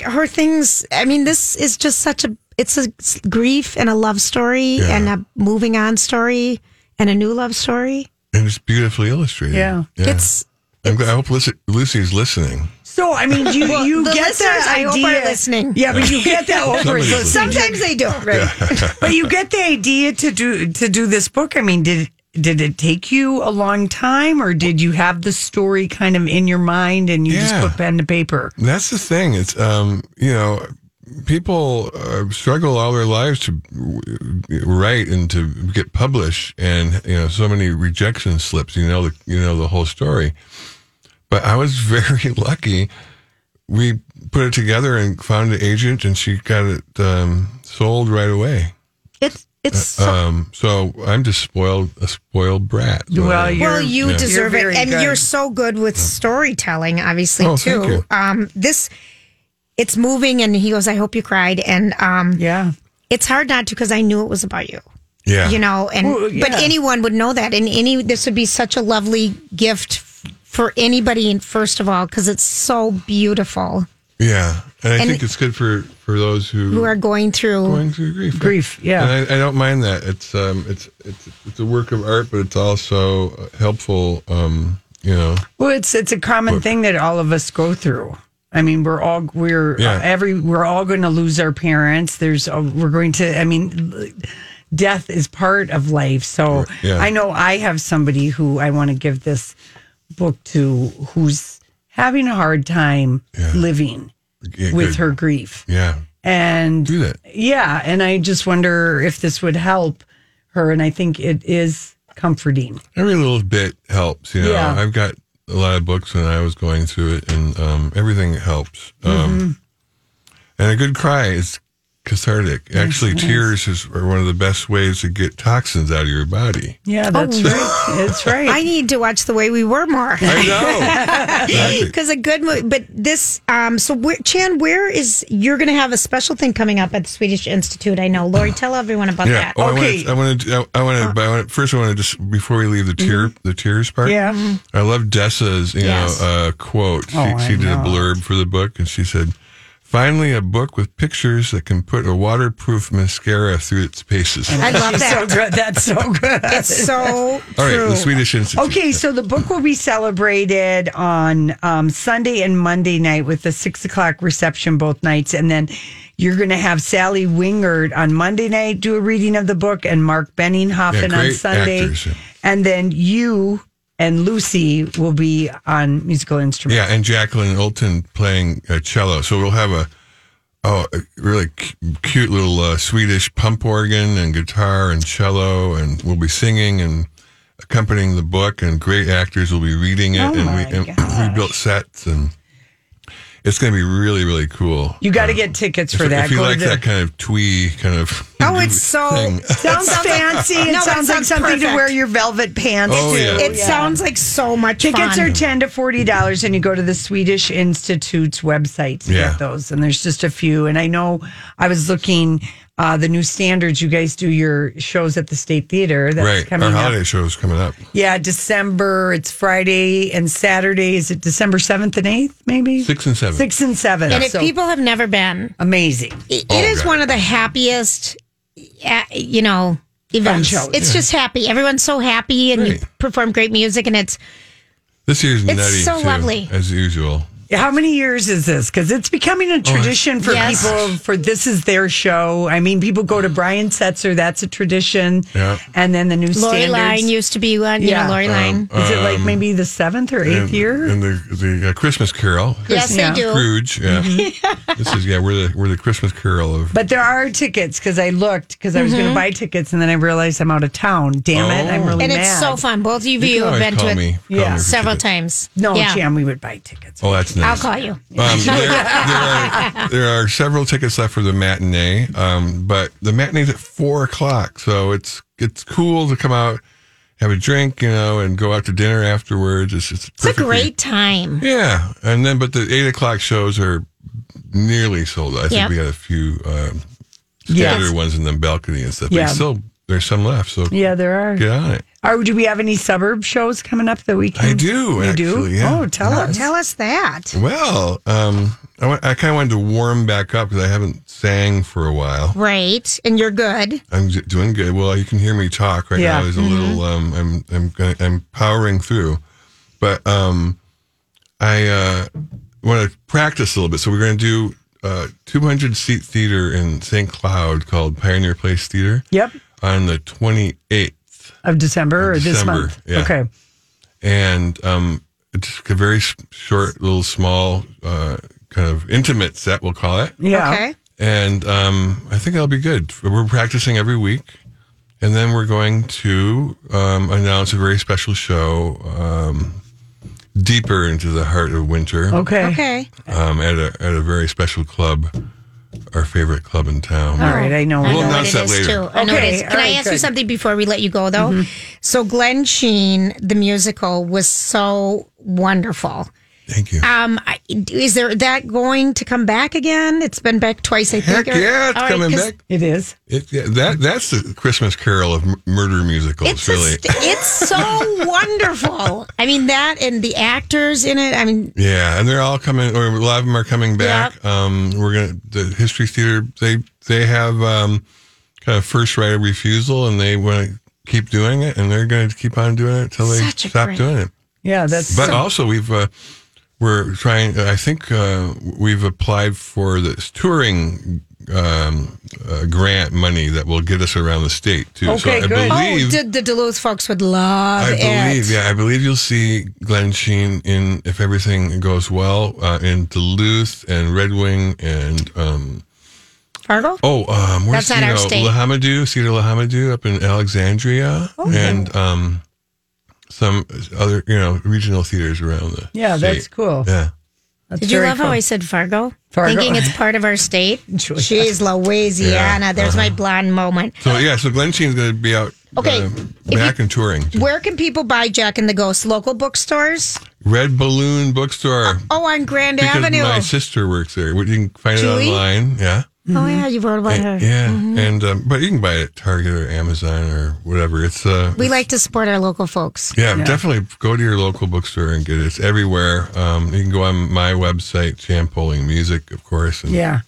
[SPEAKER 4] her things. I mean, this is just such a it's a grief and a love story
[SPEAKER 9] Yeah.
[SPEAKER 4] and a moving on story and a new love story.
[SPEAKER 9] and it's beautifully illustrated
[SPEAKER 3] Yeah.
[SPEAKER 4] It's
[SPEAKER 9] I'm, gl- i hope Lucy, lucy's listening
[SPEAKER 3] So I mean, you you
[SPEAKER 4] the
[SPEAKER 3] get
[SPEAKER 4] listeners,
[SPEAKER 3] that
[SPEAKER 4] I
[SPEAKER 3] idea.
[SPEAKER 4] hope, are listening.
[SPEAKER 3] Yeah, but you get
[SPEAKER 9] [LAUGHS]
[SPEAKER 3] that over.
[SPEAKER 9] Somebody's listening.
[SPEAKER 4] sometimes they do.
[SPEAKER 3] but you get the idea to do to do this book. I mean, did did it take you a long time or did you have the story kind of in your mind and you just
[SPEAKER 9] Yeah.
[SPEAKER 3] put pen to paper?
[SPEAKER 9] That's the thing. It's um, you know, people uh, struggle all their lives to w- write and to get published, and you know, so many rejection slips. You know, the you know the whole story. But I was [LAUGHS] very lucky. We put it together and found an agent, and she got it um, sold right away.
[SPEAKER 4] It's it's
[SPEAKER 9] um, so I'm just spoiled, a spoiled brat. um, So I am.
[SPEAKER 4] well, you
[SPEAKER 9] Yeah.
[SPEAKER 4] deserve
[SPEAKER 3] You're
[SPEAKER 4] it,
[SPEAKER 3] very
[SPEAKER 4] and
[SPEAKER 3] good.
[SPEAKER 4] you're so good with storytelling, obviously
[SPEAKER 9] Oh,
[SPEAKER 4] too.
[SPEAKER 9] thank you.
[SPEAKER 4] Um, this, it's moving, and he goes, "I hope you cried," and um,
[SPEAKER 3] yeah,
[SPEAKER 4] it's hard not to because I knew it was about you.
[SPEAKER 9] Yeah.
[SPEAKER 4] you know, and
[SPEAKER 3] Well,
[SPEAKER 4] but
[SPEAKER 3] yeah.
[SPEAKER 4] anyone would know that, and any this would be such a lovely gift f- for anybody, and first of all, because it's so beautiful.
[SPEAKER 9] Yeah, and I
[SPEAKER 4] And-
[SPEAKER 9] think it's good for for those who
[SPEAKER 4] Who are going through?
[SPEAKER 9] going through grief.
[SPEAKER 3] Grief, yeah.
[SPEAKER 9] And I, I don't mind that. It's um, it's it's it's a work of art, but it's also helpful. Um, you know,
[SPEAKER 3] Well, it's it's a common thing that all of us go through. I mean, we're all we're
[SPEAKER 9] Yeah.
[SPEAKER 3] uh, every we're all going to lose our parents. There's a, we're going to. I mean, l- death is part of life. So
[SPEAKER 9] Yeah.
[SPEAKER 3] I know I have somebody who I want to give this book to, who's having a hard time living
[SPEAKER 9] Yeah,
[SPEAKER 3] with
[SPEAKER 9] good.
[SPEAKER 3] her grief,
[SPEAKER 9] Yeah,
[SPEAKER 3] and
[SPEAKER 9] do that.
[SPEAKER 3] yeah, and I just wonder if this would help her. And I think it is comforting.
[SPEAKER 9] Every little bit helps. You know,
[SPEAKER 3] Yeah.
[SPEAKER 9] I've got a lot of books, and I was going through it, and um, everything helps.
[SPEAKER 3] Mm-hmm.
[SPEAKER 9] Um, and a good cry is cathartic. Actually, tears is are one of the best ways to get toxins out of your body.
[SPEAKER 3] Yeah, that's Oh, right. [LAUGHS] That's right.
[SPEAKER 4] I need to watch The Way We Were more.
[SPEAKER 3] [LAUGHS]
[SPEAKER 9] I know. Exactly.
[SPEAKER 4] Because a good movie, but this, um, so where, Chan, where is, you're going to have a special thing coming up at the Swedish Institute. I know. Lori, tell everyone about
[SPEAKER 9] Yeah.
[SPEAKER 4] that.
[SPEAKER 9] Oh,
[SPEAKER 3] Okay.
[SPEAKER 9] I want to. I want to. But I want to. First, I want to just before we leave the tear, the tears part.
[SPEAKER 3] Mm-hmm. Yeah.
[SPEAKER 9] I love Dessa's. You
[SPEAKER 4] Yes.
[SPEAKER 9] know, uh, quote. She,
[SPEAKER 3] Oh, I
[SPEAKER 9] she did a
[SPEAKER 3] know.
[SPEAKER 9] blurb for the book, and she said, "Finally, a book with pictures that can put a waterproof mascara through its paces."
[SPEAKER 4] I love
[SPEAKER 3] She's so
[SPEAKER 4] that.
[SPEAKER 3] good. That's so good.
[SPEAKER 4] It's so
[SPEAKER 9] All right,
[SPEAKER 4] true.
[SPEAKER 9] the Swedish Institute.
[SPEAKER 3] Okay, so the book will be celebrated on um, Sunday and Monday night with the six o'clock reception both nights, and then you're going to have Sally Wingard on Monday night do a reading of the book, and Mark Benninghoffen
[SPEAKER 9] Yeah,
[SPEAKER 3] on
[SPEAKER 9] great
[SPEAKER 3] Sunday,
[SPEAKER 9] actors, yeah.
[SPEAKER 3] and then you and Lucy will be on musical instruments.
[SPEAKER 9] Yeah, and Jacqueline Olton playing uh, cello. So we'll have a oh, a really cu- cute little uh, Swedish pump organ and guitar and cello, and we'll be singing and accompanying the book, and great actors will be reading it,
[SPEAKER 3] Oh
[SPEAKER 9] and [CLEARS THROAT]
[SPEAKER 3] my
[SPEAKER 9] we and we built sets, and it's going to be really really cool.
[SPEAKER 3] You got to
[SPEAKER 9] Uh,
[SPEAKER 3] get tickets
[SPEAKER 9] if,
[SPEAKER 3] for that.
[SPEAKER 9] If you
[SPEAKER 3] Go to
[SPEAKER 9] like
[SPEAKER 3] the-
[SPEAKER 9] that kind of twee kind of [LAUGHS]
[SPEAKER 4] Oh, it's so.
[SPEAKER 3] [LAUGHS]
[SPEAKER 9] thing.
[SPEAKER 3] Sounds fancy. It
[SPEAKER 4] No, that
[SPEAKER 3] sounds, like
[SPEAKER 4] sounds
[SPEAKER 3] something to
[SPEAKER 4] perfect.
[SPEAKER 3] wear your velvet pants
[SPEAKER 9] Oh,
[SPEAKER 3] to.
[SPEAKER 9] yeah.
[SPEAKER 4] It sounds like so much
[SPEAKER 3] Tickets
[SPEAKER 4] fun.
[SPEAKER 3] are ten to forty dollars, and you go to the Swedish Institute's website to
[SPEAKER 9] Yeah.
[SPEAKER 3] get those. And there's just a few. And I know I was looking uh, the new standards. You guys do your shows at the State Theater. That's
[SPEAKER 9] right. Our
[SPEAKER 3] coming
[SPEAKER 9] holiday
[SPEAKER 3] up.
[SPEAKER 9] show is coming up.
[SPEAKER 3] Yeah, December. It's Friday and Saturday. Is it December seventh and eighth? Maybe
[SPEAKER 9] Six and seven.
[SPEAKER 3] Six and seven.
[SPEAKER 4] and if
[SPEAKER 3] So,
[SPEAKER 4] people have never been,
[SPEAKER 3] amazing.
[SPEAKER 4] it,
[SPEAKER 9] Oh,
[SPEAKER 4] it is
[SPEAKER 9] God.
[SPEAKER 4] one of the happiest, uh, you know, events.
[SPEAKER 3] shows.
[SPEAKER 4] It's just happy. Everyone's so happy, and you
[SPEAKER 9] Right.
[SPEAKER 4] perform great music, and it's
[SPEAKER 9] This year's
[SPEAKER 4] It's
[SPEAKER 9] nutty
[SPEAKER 4] so
[SPEAKER 9] too,
[SPEAKER 4] lovely.
[SPEAKER 9] as usual.
[SPEAKER 3] How many years is this? Because it's becoming
[SPEAKER 9] Oh,
[SPEAKER 3] a tradition for
[SPEAKER 4] Yes.
[SPEAKER 3] people. For this is their show. I mean, people go to Brian Setzer. That's a tradition.
[SPEAKER 9] Yeah.
[SPEAKER 3] And then the new
[SPEAKER 4] Lori
[SPEAKER 3] standards.
[SPEAKER 4] Line used to be one. You
[SPEAKER 3] Yeah.
[SPEAKER 4] know, Lori Line.
[SPEAKER 9] Um,
[SPEAKER 3] Is it like maybe the seventh or eighth
[SPEAKER 9] and,
[SPEAKER 3] year?
[SPEAKER 9] and the the uh, Christmas Carol.
[SPEAKER 4] Yes, they
[SPEAKER 3] Yeah.
[SPEAKER 4] do.
[SPEAKER 9] Scrooge, yeah.
[SPEAKER 4] [LAUGHS]
[SPEAKER 9] this is yeah. We're the we're the Christmas Carol of.
[SPEAKER 3] but there are tickets because I looked because I was going to buy tickets and then I realized I'm out of town. Damn it! I'm
[SPEAKER 9] Oh.
[SPEAKER 3] really
[SPEAKER 4] Mm-hmm. And
[SPEAKER 3] mad.
[SPEAKER 4] it's so fun. Both of you,
[SPEAKER 9] can
[SPEAKER 4] have
[SPEAKER 9] always
[SPEAKER 4] been to
[SPEAKER 9] call
[SPEAKER 4] it
[SPEAKER 9] me- call me
[SPEAKER 3] Yeah.
[SPEAKER 9] if you
[SPEAKER 4] several
[SPEAKER 9] should.
[SPEAKER 4] times.
[SPEAKER 3] No,
[SPEAKER 4] yeah.
[SPEAKER 3] Jam, we would buy tickets.
[SPEAKER 9] Oh, that's
[SPEAKER 4] I'll
[SPEAKER 9] nice.
[SPEAKER 4] call you. [LAUGHS]
[SPEAKER 9] Um, there, there, are, there are several tickets left for the matinee, um, but the matinee's at four o'clock, so it's it's cool to come out, have a drink, you know, and go out to dinner afterwards. It's it's,
[SPEAKER 4] It's a great time.
[SPEAKER 9] yeah, and then but the eight o'clock shows are nearly sold. out. I think
[SPEAKER 4] Yep.
[SPEAKER 9] we had a few um,
[SPEAKER 3] Yes.
[SPEAKER 9] standard ones in the balcony and stuff.
[SPEAKER 3] Yeah.
[SPEAKER 9] But still, there's some left, so
[SPEAKER 3] Yeah, there are.
[SPEAKER 9] get on it.
[SPEAKER 3] Are do we have any suburb shows coming up that we can?
[SPEAKER 9] I do.
[SPEAKER 3] You do?
[SPEAKER 9] actually, Yeah.
[SPEAKER 3] Oh, tell us.
[SPEAKER 4] Tell us that.
[SPEAKER 9] Well, um, I, wa- I kind of wanted to warm back up because I haven't sang for a while.
[SPEAKER 4] Right. And you're good.
[SPEAKER 9] I'm j- doing good. Well, you can hear me talk right
[SPEAKER 3] Yeah.
[SPEAKER 9] now. There's a little. Um, I'm I'm gonna, I'm powering through, but um, I uh, want to practice a little bit. So we're going to do a 200 seat theater in St. Cloud called Pioneer Place Theater
[SPEAKER 3] Yep.
[SPEAKER 9] on the 28th.
[SPEAKER 3] of December or this
[SPEAKER 9] December,
[SPEAKER 3] month?
[SPEAKER 9] yeah.
[SPEAKER 3] Okay.
[SPEAKER 9] and um, it's just a very s- short, little, small, uh, kind of intimate set. We'll call it.
[SPEAKER 3] Yeah.
[SPEAKER 4] Okay.
[SPEAKER 9] And um, I think that'll be good. We're practicing every week, and then we're going to um, announce a very special show um, deeper into the heart of winter.
[SPEAKER 3] Okay.
[SPEAKER 4] Okay.
[SPEAKER 9] Um, at a at a very special club, our favorite club in town.
[SPEAKER 3] All right, I know.
[SPEAKER 9] We'll
[SPEAKER 4] I know
[SPEAKER 9] announce
[SPEAKER 4] what it
[SPEAKER 9] that
[SPEAKER 4] is
[SPEAKER 9] later.
[SPEAKER 4] too. I know what it
[SPEAKER 3] Okay,
[SPEAKER 4] is. Can
[SPEAKER 3] all
[SPEAKER 4] I
[SPEAKER 3] right,
[SPEAKER 4] ask you
[SPEAKER 3] good. Mm-hmm.
[SPEAKER 4] something before we let you go though? So Glenn Sheen, the musical, was so wonderful.
[SPEAKER 9] Thank you.
[SPEAKER 4] Um, I- is there that going to come back again? It's been back twice, I think.
[SPEAKER 9] Heck
[SPEAKER 4] or-
[SPEAKER 9] yeah, it's
[SPEAKER 4] all right,
[SPEAKER 9] coming
[SPEAKER 4] 'cause
[SPEAKER 9] back.
[SPEAKER 3] It is.
[SPEAKER 9] It, yeah, that that's the Christmas Carol of m- murder musicals,
[SPEAKER 4] It's
[SPEAKER 9] really.
[SPEAKER 4] just, it's so wonderful. I mean that and the actors in it. I mean,
[SPEAKER 9] Yeah, and they're all coming, or a lot of them are coming back. Um, we're gonna the history theater. They they have um, kind of first right of refusal, and they want to keep doing it, and they're going to keep on doing it until they
[SPEAKER 4] Such a
[SPEAKER 9] stop
[SPEAKER 4] great-
[SPEAKER 9] doing it.
[SPEAKER 3] Yeah, that's
[SPEAKER 9] But also, we've uh, we're trying. I think uh, we've applied for this touring um, uh, grant money that will get us around the state too.
[SPEAKER 3] Okay,
[SPEAKER 9] so I
[SPEAKER 3] good.
[SPEAKER 9] believe
[SPEAKER 4] oh, the, the Duluth folks would love
[SPEAKER 9] I believe,
[SPEAKER 4] it.
[SPEAKER 9] yeah, I believe you'll see Glenn Sheen in if everything goes well uh, in Duluth and Red Wing and um,
[SPEAKER 4] Fargo.
[SPEAKER 9] oh, um, where's
[SPEAKER 4] That's not our
[SPEAKER 9] Cedar
[SPEAKER 4] state.
[SPEAKER 9] Lahamadoo, Cedar Lahamadoo up in Alexandria,
[SPEAKER 4] Oh.
[SPEAKER 9] and um, some other you know regional theaters around the
[SPEAKER 3] Yeah, that's
[SPEAKER 9] state.
[SPEAKER 3] cool.
[SPEAKER 9] yeah.
[SPEAKER 3] That's
[SPEAKER 4] Did you
[SPEAKER 3] very
[SPEAKER 4] love
[SPEAKER 3] cool.
[SPEAKER 4] how I said Fargo?
[SPEAKER 3] Fargo.
[SPEAKER 4] Thinking it's part of our
[SPEAKER 9] [LAUGHS]
[SPEAKER 4] state.
[SPEAKER 3] Julia.
[SPEAKER 4] She's Louisiana.
[SPEAKER 9] Yeah, uh-huh.
[SPEAKER 4] There's my blonde moment.
[SPEAKER 9] So yeah, so Glenn Sheen's going to be out
[SPEAKER 4] Okay,
[SPEAKER 9] uh,
[SPEAKER 4] if you-
[SPEAKER 9] back and touring.
[SPEAKER 4] Where can people buy Jack and the Ghost? Local bookstores?
[SPEAKER 9] Red Balloon Bookstore
[SPEAKER 4] Oh, on Grand
[SPEAKER 9] because
[SPEAKER 4] Avenue.
[SPEAKER 9] my sister works there. You can find
[SPEAKER 4] Julie?
[SPEAKER 9] it online. Yeah.
[SPEAKER 4] oh yeah, you wrote about her.
[SPEAKER 9] And- Eh, Yeah,
[SPEAKER 3] Mm-hmm.
[SPEAKER 9] and um, but you can buy it at Target or Amazon or whatever. It's uh,
[SPEAKER 4] We like to support our local folks.
[SPEAKER 9] yeah, definitely go to your local bookstore and get it. It's everywhere. Um, you can go on my website, Champolling Music, of course. And
[SPEAKER 3] Yeah.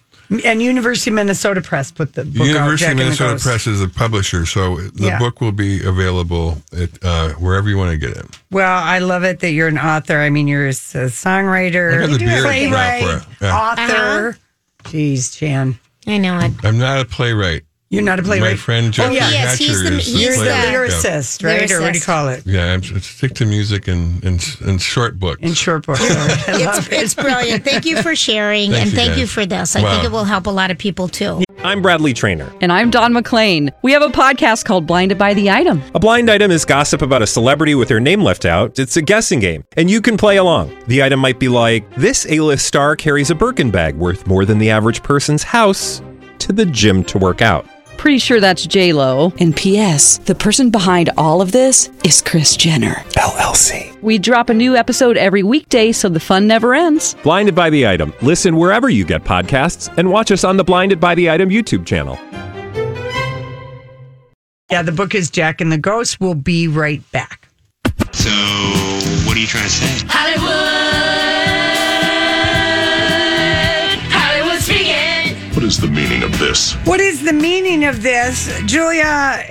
[SPEAKER 3] And University of Minnesota Press put the book out,
[SPEAKER 9] University
[SPEAKER 3] Jack
[SPEAKER 9] of
[SPEAKER 3] and the
[SPEAKER 9] Minnesota
[SPEAKER 3] Ghost.
[SPEAKER 9] Press is the publisher, so the
[SPEAKER 3] Yeah.
[SPEAKER 9] book will be available at uh, wherever you want to get it.
[SPEAKER 3] Well, I love it that you're an author. I mean, you're a s- a songwriter,
[SPEAKER 9] I got the beard now for it.
[SPEAKER 3] playwright,
[SPEAKER 9] Yeah.
[SPEAKER 3] author. Jeez, Chan,
[SPEAKER 4] I know
[SPEAKER 9] [LAUGHS]
[SPEAKER 4] it.
[SPEAKER 9] I'm not a playwright.
[SPEAKER 3] you're not a playwright.
[SPEAKER 9] My friend
[SPEAKER 3] Oh,
[SPEAKER 9] Jeffrey
[SPEAKER 3] yeah.
[SPEAKER 4] He is.
[SPEAKER 9] Hatcher
[SPEAKER 4] He's the-
[SPEAKER 9] is
[SPEAKER 4] he's
[SPEAKER 3] You're the
[SPEAKER 4] Yeah.
[SPEAKER 9] playwright. Yeah.
[SPEAKER 3] lyricist, right? Or what do you
[SPEAKER 4] Lyricist.
[SPEAKER 3] call it?
[SPEAKER 9] Yeah, I'm, stick to music and and, and short books.
[SPEAKER 3] In short book. I
[SPEAKER 4] It's,
[SPEAKER 3] love it.
[SPEAKER 4] it's brilliant. Thank you for sharing,
[SPEAKER 9] Thank
[SPEAKER 4] and
[SPEAKER 9] you,
[SPEAKER 4] thank
[SPEAKER 9] guys.
[SPEAKER 4] you for this. I
[SPEAKER 9] Wow.
[SPEAKER 4] think it will help a lot of people too.
[SPEAKER 10] I'm Bradley Trainer.
[SPEAKER 11] And I'm Don McClain. We have a podcast called Blinded by the Item.
[SPEAKER 10] A blind item is gossip about a celebrity with their name left out. It's a guessing game, and you can play along. The item might be like this: A-list star carries a Birkin bag worth more than the average person's house to the gym to work out.
[SPEAKER 11] Pretty sure that's J Lo. And P.S. The person behind all of this is Chris Jenner
[SPEAKER 10] LLC.
[SPEAKER 11] We drop a new episode every weekday, so the fun never ends.
[SPEAKER 10] Blinded by the item. Listen wherever you get podcasts, and watch us on the Blinded by the Item YouTube channel.
[SPEAKER 3] yeah, the book is Jack and the Ghost. We'll be right back.
[SPEAKER 12] So, what are you trying to say?
[SPEAKER 13] Hollywood. Hollywood speaking.
[SPEAKER 14] What is the meaning of this?
[SPEAKER 3] What is the meaning of this? Julia,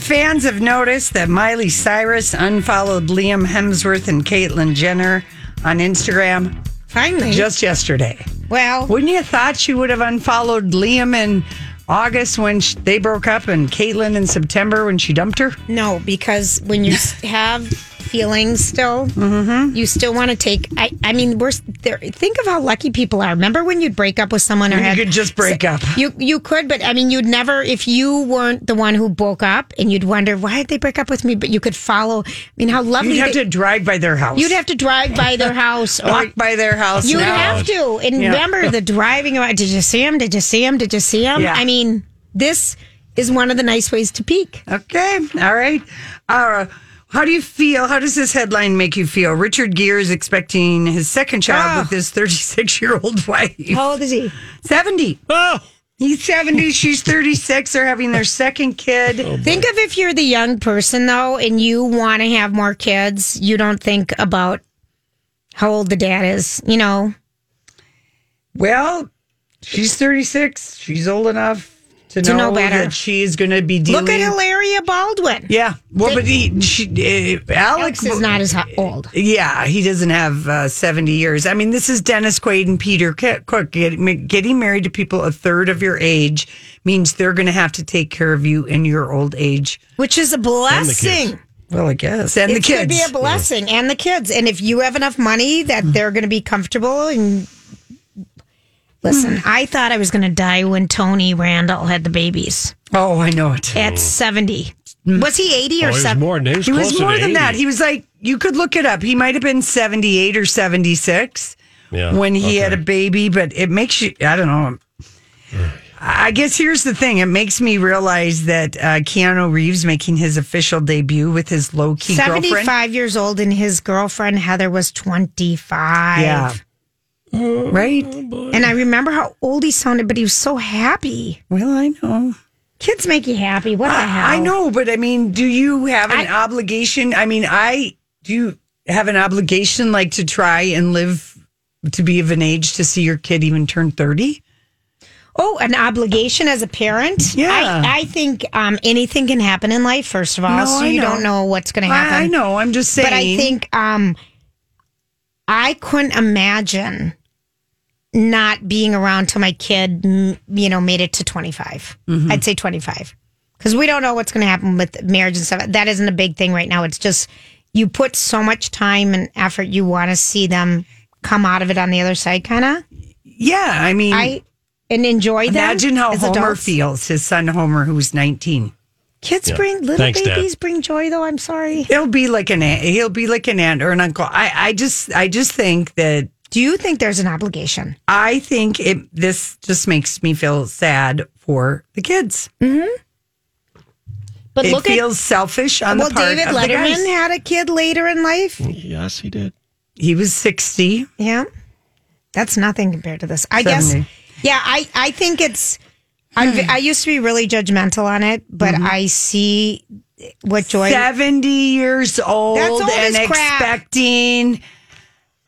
[SPEAKER 3] fans have noticed that Miley Cyrus unfollowed Liam Hemsworth and Caitlyn Jenner on Instagram.
[SPEAKER 4] Finally.
[SPEAKER 3] Just yesterday.
[SPEAKER 4] Well,
[SPEAKER 3] wouldn't you have thought she would have unfollowed Liam in August when sh they broke up and Caitlyn in September when she dumped her?
[SPEAKER 4] No, because when
[SPEAKER 3] [LAUGHS]
[SPEAKER 4] you s- have feelings still,
[SPEAKER 3] Mm-hmm.
[SPEAKER 4] you still want to take. I, I mean, we're s- there. Think of how lucky people are. Remember when you'd break up with someone or
[SPEAKER 3] You
[SPEAKER 4] had,
[SPEAKER 3] could just break up.
[SPEAKER 4] You you could, but I mean, you'd never if you weren't the one who broke up, and you'd wonder why did they break up with me. But you could follow. I mean, how lovely
[SPEAKER 3] You'd have
[SPEAKER 4] they-
[SPEAKER 3] to drive by their house.
[SPEAKER 4] You'd have to drive by their house or
[SPEAKER 3] walk by their house.
[SPEAKER 4] You'd
[SPEAKER 3] now.
[SPEAKER 4] have to. And
[SPEAKER 3] Yeah.
[SPEAKER 4] remember the driving around. Did you see him? Did you see him? Did you see him?
[SPEAKER 3] Yeah.
[SPEAKER 4] I mean, this is one of the nice ways to peak.
[SPEAKER 3] Okay. All right. Uh, how do you feel? How does this headline make you feel? Richard Gere is expecting his second child with his 36 year old [LAUGHS] wife.
[SPEAKER 4] How old is he?
[SPEAKER 3] 70.
[SPEAKER 10] Oh.
[SPEAKER 3] He's 70. She's 36. They're having their second kid.
[SPEAKER 4] Think of if you're the young person though, and you want to have more kids, you don't think about how old the dad is. You know,
[SPEAKER 3] Well, she's 36. She's old enough to,
[SPEAKER 4] To know better.
[SPEAKER 3] that she's going to be dealing.
[SPEAKER 4] look at Hilaria Baldwin.
[SPEAKER 3] Yeah. Well, but he, she, uh, Alex,
[SPEAKER 4] Alex is not as hu- old.
[SPEAKER 3] Yeah, he doesn't have uh, 70 years. I mean, this is Dennis Quaid and Peter Ki- Cook get, ma- getting married to people a third of your age means they're going to have to take care of you in your old age.
[SPEAKER 4] Which is a blessing.
[SPEAKER 3] Well, I guess. And the
[SPEAKER 4] It could
[SPEAKER 3] kids. Mm.
[SPEAKER 4] be a blessing and the kids. And if you have enough money that they're going to be comfortable and listen, I thought I was going to die when Tony Randall had the babies.
[SPEAKER 3] Oh, I know it.
[SPEAKER 4] At 70. Was he 80
[SPEAKER 3] Oh,
[SPEAKER 4] or
[SPEAKER 3] he was
[SPEAKER 4] 70?
[SPEAKER 3] more.
[SPEAKER 2] He was
[SPEAKER 3] He was
[SPEAKER 2] closer
[SPEAKER 3] more
[SPEAKER 2] to
[SPEAKER 3] than
[SPEAKER 2] 80.
[SPEAKER 3] that. He was like, you could look it up. He might have been 78 or 76
[SPEAKER 2] Yeah,
[SPEAKER 3] when he
[SPEAKER 2] okay.
[SPEAKER 3] had a baby, but it makes you, I don't know. I guess here's the thing. It makes me realize that uh, Keanu Reeves making his official debut with his low key girlfriend.
[SPEAKER 4] 75 years old and his girlfriend Heather was 25.
[SPEAKER 3] Yeah. Right?
[SPEAKER 4] and I remember how old he sounded, but he was so happy.
[SPEAKER 3] Well, I know.
[SPEAKER 4] Kids make you happy. What the hell?
[SPEAKER 3] I know, but I mean, do you have an obligation? I mean, I do you have an obligation like to try and live to be of an age to see your kid even turn 30?
[SPEAKER 4] Oh, an obligation as a parent? Yeah. I, I think um, anything can happen in life, first of all.
[SPEAKER 3] No,
[SPEAKER 4] so
[SPEAKER 3] I
[SPEAKER 4] you
[SPEAKER 3] know.
[SPEAKER 4] don't know what's going to
[SPEAKER 3] I-
[SPEAKER 4] happen.
[SPEAKER 3] I know, I'm just
[SPEAKER 4] But I
[SPEAKER 3] saying.
[SPEAKER 4] think um, I couldn't imagine not being around till my kid, mm, you know, made it to 25.
[SPEAKER 3] Mm-hmm.
[SPEAKER 14] Mhm.
[SPEAKER 4] I'd say 25. Because we don't know what's going to happen with marriage and stuff. That isn't a big thing right now. It's just you put so much time and effort. You want to see them come out of it on the other side, kind
[SPEAKER 3] Mm.
[SPEAKER 4] of.
[SPEAKER 3] Yeah, I mean,
[SPEAKER 4] I and enjoy them.
[SPEAKER 3] Imagine how
[SPEAKER 4] as
[SPEAKER 3] Homer
[SPEAKER 4] adults.
[SPEAKER 3] feels, his son Homer, who's 19.
[SPEAKER 4] Kids
[SPEAKER 3] Yeah.
[SPEAKER 4] bring little
[SPEAKER 3] Thanks, Dad.
[SPEAKER 4] babies bring joy, though. I'm sorry.
[SPEAKER 3] He'll be like an aunt, he'll be like an aunt or an uncle. I, I just I just think that
[SPEAKER 4] Do you think there's an obligation?
[SPEAKER 3] I think it this just makes me feel sad for the kids.
[SPEAKER 4] Mm-hmm. But
[SPEAKER 3] it
[SPEAKER 4] look at-
[SPEAKER 3] feels selfish on
[SPEAKER 4] well,
[SPEAKER 3] the part
[SPEAKER 4] David
[SPEAKER 3] of the
[SPEAKER 4] Letterman
[SPEAKER 3] guys.
[SPEAKER 4] had a kid later in life.
[SPEAKER 6] Yes, he did.
[SPEAKER 3] He was 60.
[SPEAKER 4] Yeah, that's nothing compared to this. I guess.
[SPEAKER 3] 70.
[SPEAKER 4] Yeah, I I think it's. I've, I used to be really judgmental on it, but I see what joy.
[SPEAKER 3] 70 years old,
[SPEAKER 4] That's old
[SPEAKER 3] and
[SPEAKER 4] as crap.
[SPEAKER 3] expecting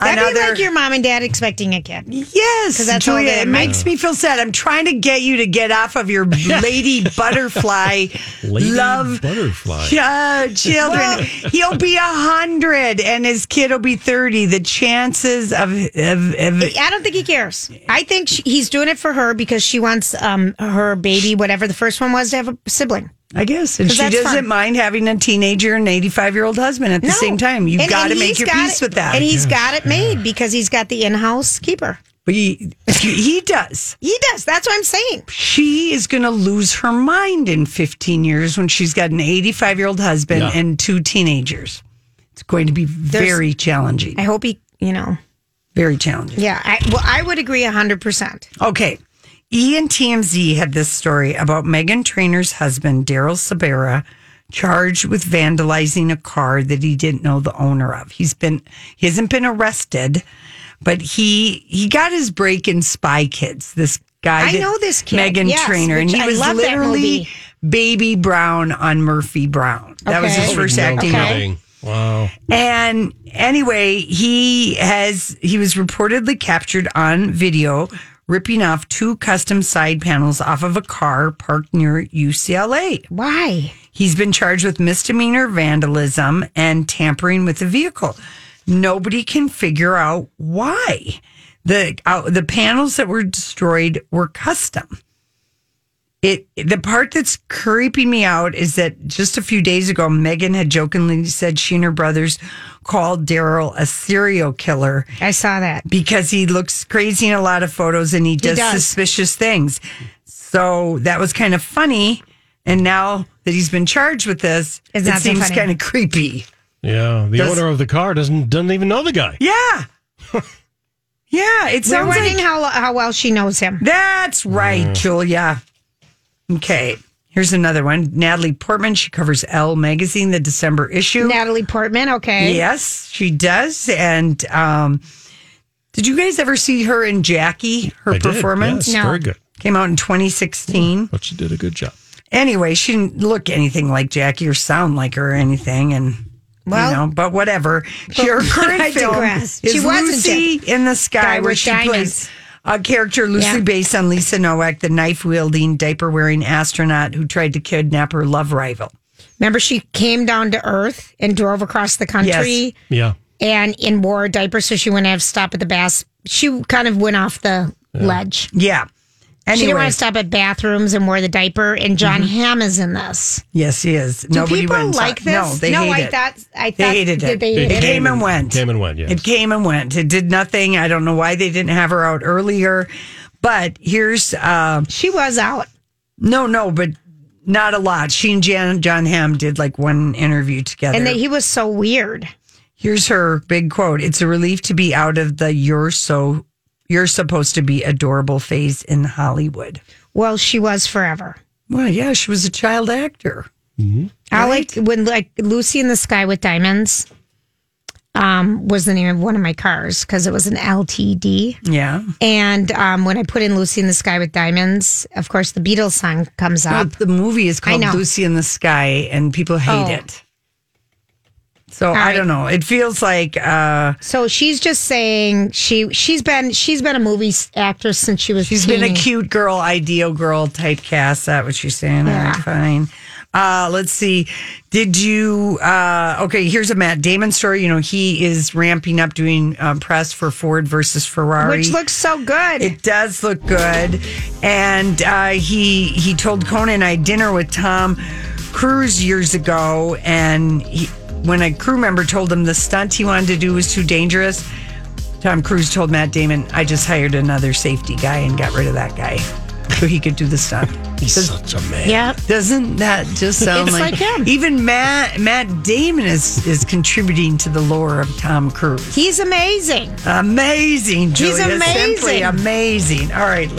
[SPEAKER 4] That'd be
[SPEAKER 3] another-
[SPEAKER 4] like your mom and dad expecting a kid.
[SPEAKER 3] Yes,
[SPEAKER 4] 'Cause that's all
[SPEAKER 3] Julia,
[SPEAKER 4] they-
[SPEAKER 3] it makes me feel sad. I'm trying to get you to get off of your
[SPEAKER 4] [LAUGHS]
[SPEAKER 3] lady butterfly
[SPEAKER 2] Lady
[SPEAKER 3] love
[SPEAKER 2] butterfly.
[SPEAKER 3] Yeah, children.
[SPEAKER 2] Well-
[SPEAKER 3] He'll be a hundred, and his kid will be thirty. The chances of of, of
[SPEAKER 4] I don't think he cares. I think she, he's doing it for her because she wants um, her baby, whatever the first one was, to have a sibling.
[SPEAKER 3] I guess, and
[SPEAKER 4] 'Cause
[SPEAKER 3] she
[SPEAKER 4] that's
[SPEAKER 3] doesn't
[SPEAKER 4] fun.
[SPEAKER 3] mind having a teenager and an eighty-five-year-old husband at the
[SPEAKER 4] No.
[SPEAKER 3] same time.
[SPEAKER 4] And-
[SPEAKER 3] You've got to
[SPEAKER 4] and
[SPEAKER 3] make
[SPEAKER 4] he's
[SPEAKER 3] your
[SPEAKER 4] got
[SPEAKER 3] peace
[SPEAKER 4] it-
[SPEAKER 3] with that.
[SPEAKER 4] And he's got it made because he's got the in-house keeper.
[SPEAKER 3] But he, he does.
[SPEAKER 4] He does. That's what I'm saying.
[SPEAKER 3] She is going to lose her mind in 15 years when she's got an 85 year old husband
[SPEAKER 4] Yeah.
[SPEAKER 3] and two teenagers. It's going to be
[SPEAKER 4] There's-
[SPEAKER 3] very challenging.
[SPEAKER 4] I hope he, you know,
[SPEAKER 3] Very challenging.
[SPEAKER 4] yeah. I, well, I would agree hundred percent.
[SPEAKER 3] Okay. E and TMZ had this story about Megan Trainor's husband, Daryl Sabera, charged with vandalizing a car that he didn't know the owner of. He's been he hasn't been arrested, but he he got his break in Spy Kids. This guy
[SPEAKER 4] I
[SPEAKER 3] that-
[SPEAKER 4] know this kid,
[SPEAKER 3] Megan
[SPEAKER 4] yes,
[SPEAKER 3] Trainor, and
[SPEAKER 4] which
[SPEAKER 3] he
[SPEAKER 4] I
[SPEAKER 3] was
[SPEAKER 4] love that
[SPEAKER 3] literally
[SPEAKER 4] movie.
[SPEAKER 3] Baby Brown on Murphy Brown. That was his
[SPEAKER 4] Okay.
[SPEAKER 3] first
[SPEAKER 4] No
[SPEAKER 3] acting role.
[SPEAKER 4] kidding.
[SPEAKER 6] Wow.
[SPEAKER 3] And anyway, he has he was reportedly captured on video ripping off two custom side panels off of a car parked near UCLA.
[SPEAKER 4] Why?
[SPEAKER 3] He's been charged with misdemeanor vandalism and tampering with a vehicle. Nobody can figure out why. The uh, the panels that were destroyed were custom it the part that's creeping me out is that just a few days ago megan had jokingly said she and her brothers called daryl a serial killer
[SPEAKER 4] i saw that
[SPEAKER 3] because he looks crazy in a lot of photos and he does,
[SPEAKER 4] does.
[SPEAKER 3] suspicious things so that was kind of funny and now that he's been charged with this
[SPEAKER 4] It's
[SPEAKER 3] it
[SPEAKER 4] not so
[SPEAKER 3] seems
[SPEAKER 4] funny.
[SPEAKER 3] kind of creepy
[SPEAKER 6] Yeah. The
[SPEAKER 3] Does-
[SPEAKER 6] owner of the car doesn't doesn't even know the guy.
[SPEAKER 4] [LAUGHS]
[SPEAKER 3] yeah yeah it
[SPEAKER 4] We're
[SPEAKER 3] sounds
[SPEAKER 4] wondering
[SPEAKER 3] like
[SPEAKER 4] how how well she knows him.
[SPEAKER 3] That's right,
[SPEAKER 6] Mm.
[SPEAKER 3] Julia. Okay. Here's another one. Natalie Portman. She covers Elle magazine, the December issue.
[SPEAKER 4] Natalie Portman. Okay.
[SPEAKER 3] Yes, she does. And um, did you guys ever see her in Jackie? Her
[SPEAKER 6] I did,
[SPEAKER 3] performance.
[SPEAKER 6] yes, No. very good.
[SPEAKER 3] Came out in 2016.
[SPEAKER 6] But she did a good job.
[SPEAKER 3] Anyway, she didn't look anything like Jackie or sound like her or anything. And
[SPEAKER 4] Well-
[SPEAKER 3] you know, but whatever. She-
[SPEAKER 4] [LAUGHS]
[SPEAKER 3] her
[SPEAKER 4] But I
[SPEAKER 3] current film
[SPEAKER 4] digress.
[SPEAKER 3] is
[SPEAKER 4] She wasn't
[SPEAKER 3] Lucy
[SPEAKER 4] it.
[SPEAKER 3] in the Sky,
[SPEAKER 4] Guy
[SPEAKER 3] where
[SPEAKER 4] with
[SPEAKER 3] she
[SPEAKER 4] Diamonds.
[SPEAKER 3] plays a character loosely
[SPEAKER 4] Yeah.
[SPEAKER 3] based on Lisa Nowak, the knife wielding, diaper wearing astronaut who tried to kidnap her love rival.
[SPEAKER 4] Remember, she came down to Earth and drove across the country
[SPEAKER 6] Yeah.
[SPEAKER 4] and in wore a diaper, so she wouldn't have to stop at the bass. She kind of went off the ledge.
[SPEAKER 3] Yeah.
[SPEAKER 4] She didn't
[SPEAKER 3] Anyway.
[SPEAKER 4] want to stop at bathrooms and wore the diaper. And John Hamm is in this.
[SPEAKER 3] Yes, he is.
[SPEAKER 4] Do
[SPEAKER 3] Nobody
[SPEAKER 4] people
[SPEAKER 3] went and saw
[SPEAKER 4] like
[SPEAKER 3] it.
[SPEAKER 4] this?
[SPEAKER 3] No, they
[SPEAKER 4] No,
[SPEAKER 3] hate
[SPEAKER 4] I
[SPEAKER 3] it.
[SPEAKER 4] thought-
[SPEAKER 3] they
[SPEAKER 4] I thought
[SPEAKER 3] hated
[SPEAKER 4] that
[SPEAKER 3] it.
[SPEAKER 4] they
[SPEAKER 3] it
[SPEAKER 4] hated it.
[SPEAKER 3] came and went.
[SPEAKER 6] Came and went, yes.
[SPEAKER 3] It came and went. It did nothing. I don't know why they didn't have her out earlier. But here's uh,
[SPEAKER 4] she was out.
[SPEAKER 3] No, no, but not a lot. She and Jan, John Hamm did like one interview together.
[SPEAKER 4] And that he was so weird.
[SPEAKER 3] Here's her big quote. It's a relief to be out of the you're so you're supposed to be adorable phase in Hollywood.
[SPEAKER 4] Well, she was forever.
[SPEAKER 3] Well, yeah, she was a child actor.
[SPEAKER 4] I like when like Lucy in the Sky with Diamonds um was the name of one of my cars because it was an LTD.
[SPEAKER 3] Yeah.
[SPEAKER 4] And um, when I put in Lucy in the Sky with Diamonds, of course the Beatles song comes
[SPEAKER 3] Well,
[SPEAKER 4] up.
[SPEAKER 3] the movie is
[SPEAKER 4] I
[SPEAKER 3] called
[SPEAKER 4] know.
[SPEAKER 3] Lucy in the Sky, and people hate
[SPEAKER 4] Oh.
[SPEAKER 3] it. So I don't know. It feels like uh,
[SPEAKER 4] So she's just saying she she's been she's been a movie s- actress since she was.
[SPEAKER 3] she's
[SPEAKER 4] She's
[SPEAKER 3] been a cute girl, ideal girl type cast. That what she's saying. All right, fine. Uh, let's see. Did you? Uh, okay, here's a Matt Damon story. You know he is ramping up doing um, press for Ford versus Ferrari,
[SPEAKER 4] Which looks so good.
[SPEAKER 3] It does look good. And uh, he he told Conan I had dinner with Tom Cruise years ago, and he, when a crew member told him the stunt he wanted to do was too dangerous, Tom Cruise told Matt Damon, "I just hired another safety guy and got rid of that guy." So he could do the stunt. He's such
[SPEAKER 6] a man.
[SPEAKER 3] Yeah, [LAUGHS] doesn't that just sound
[SPEAKER 4] It's
[SPEAKER 3] like,
[SPEAKER 4] like him.
[SPEAKER 3] Even Matt Matt Damon is is contributing to the lore of Tom Cruise.
[SPEAKER 4] He's amazing.
[SPEAKER 3] Amazing, Julia.
[SPEAKER 4] He's amazing.
[SPEAKER 3] Simply amazing. All right,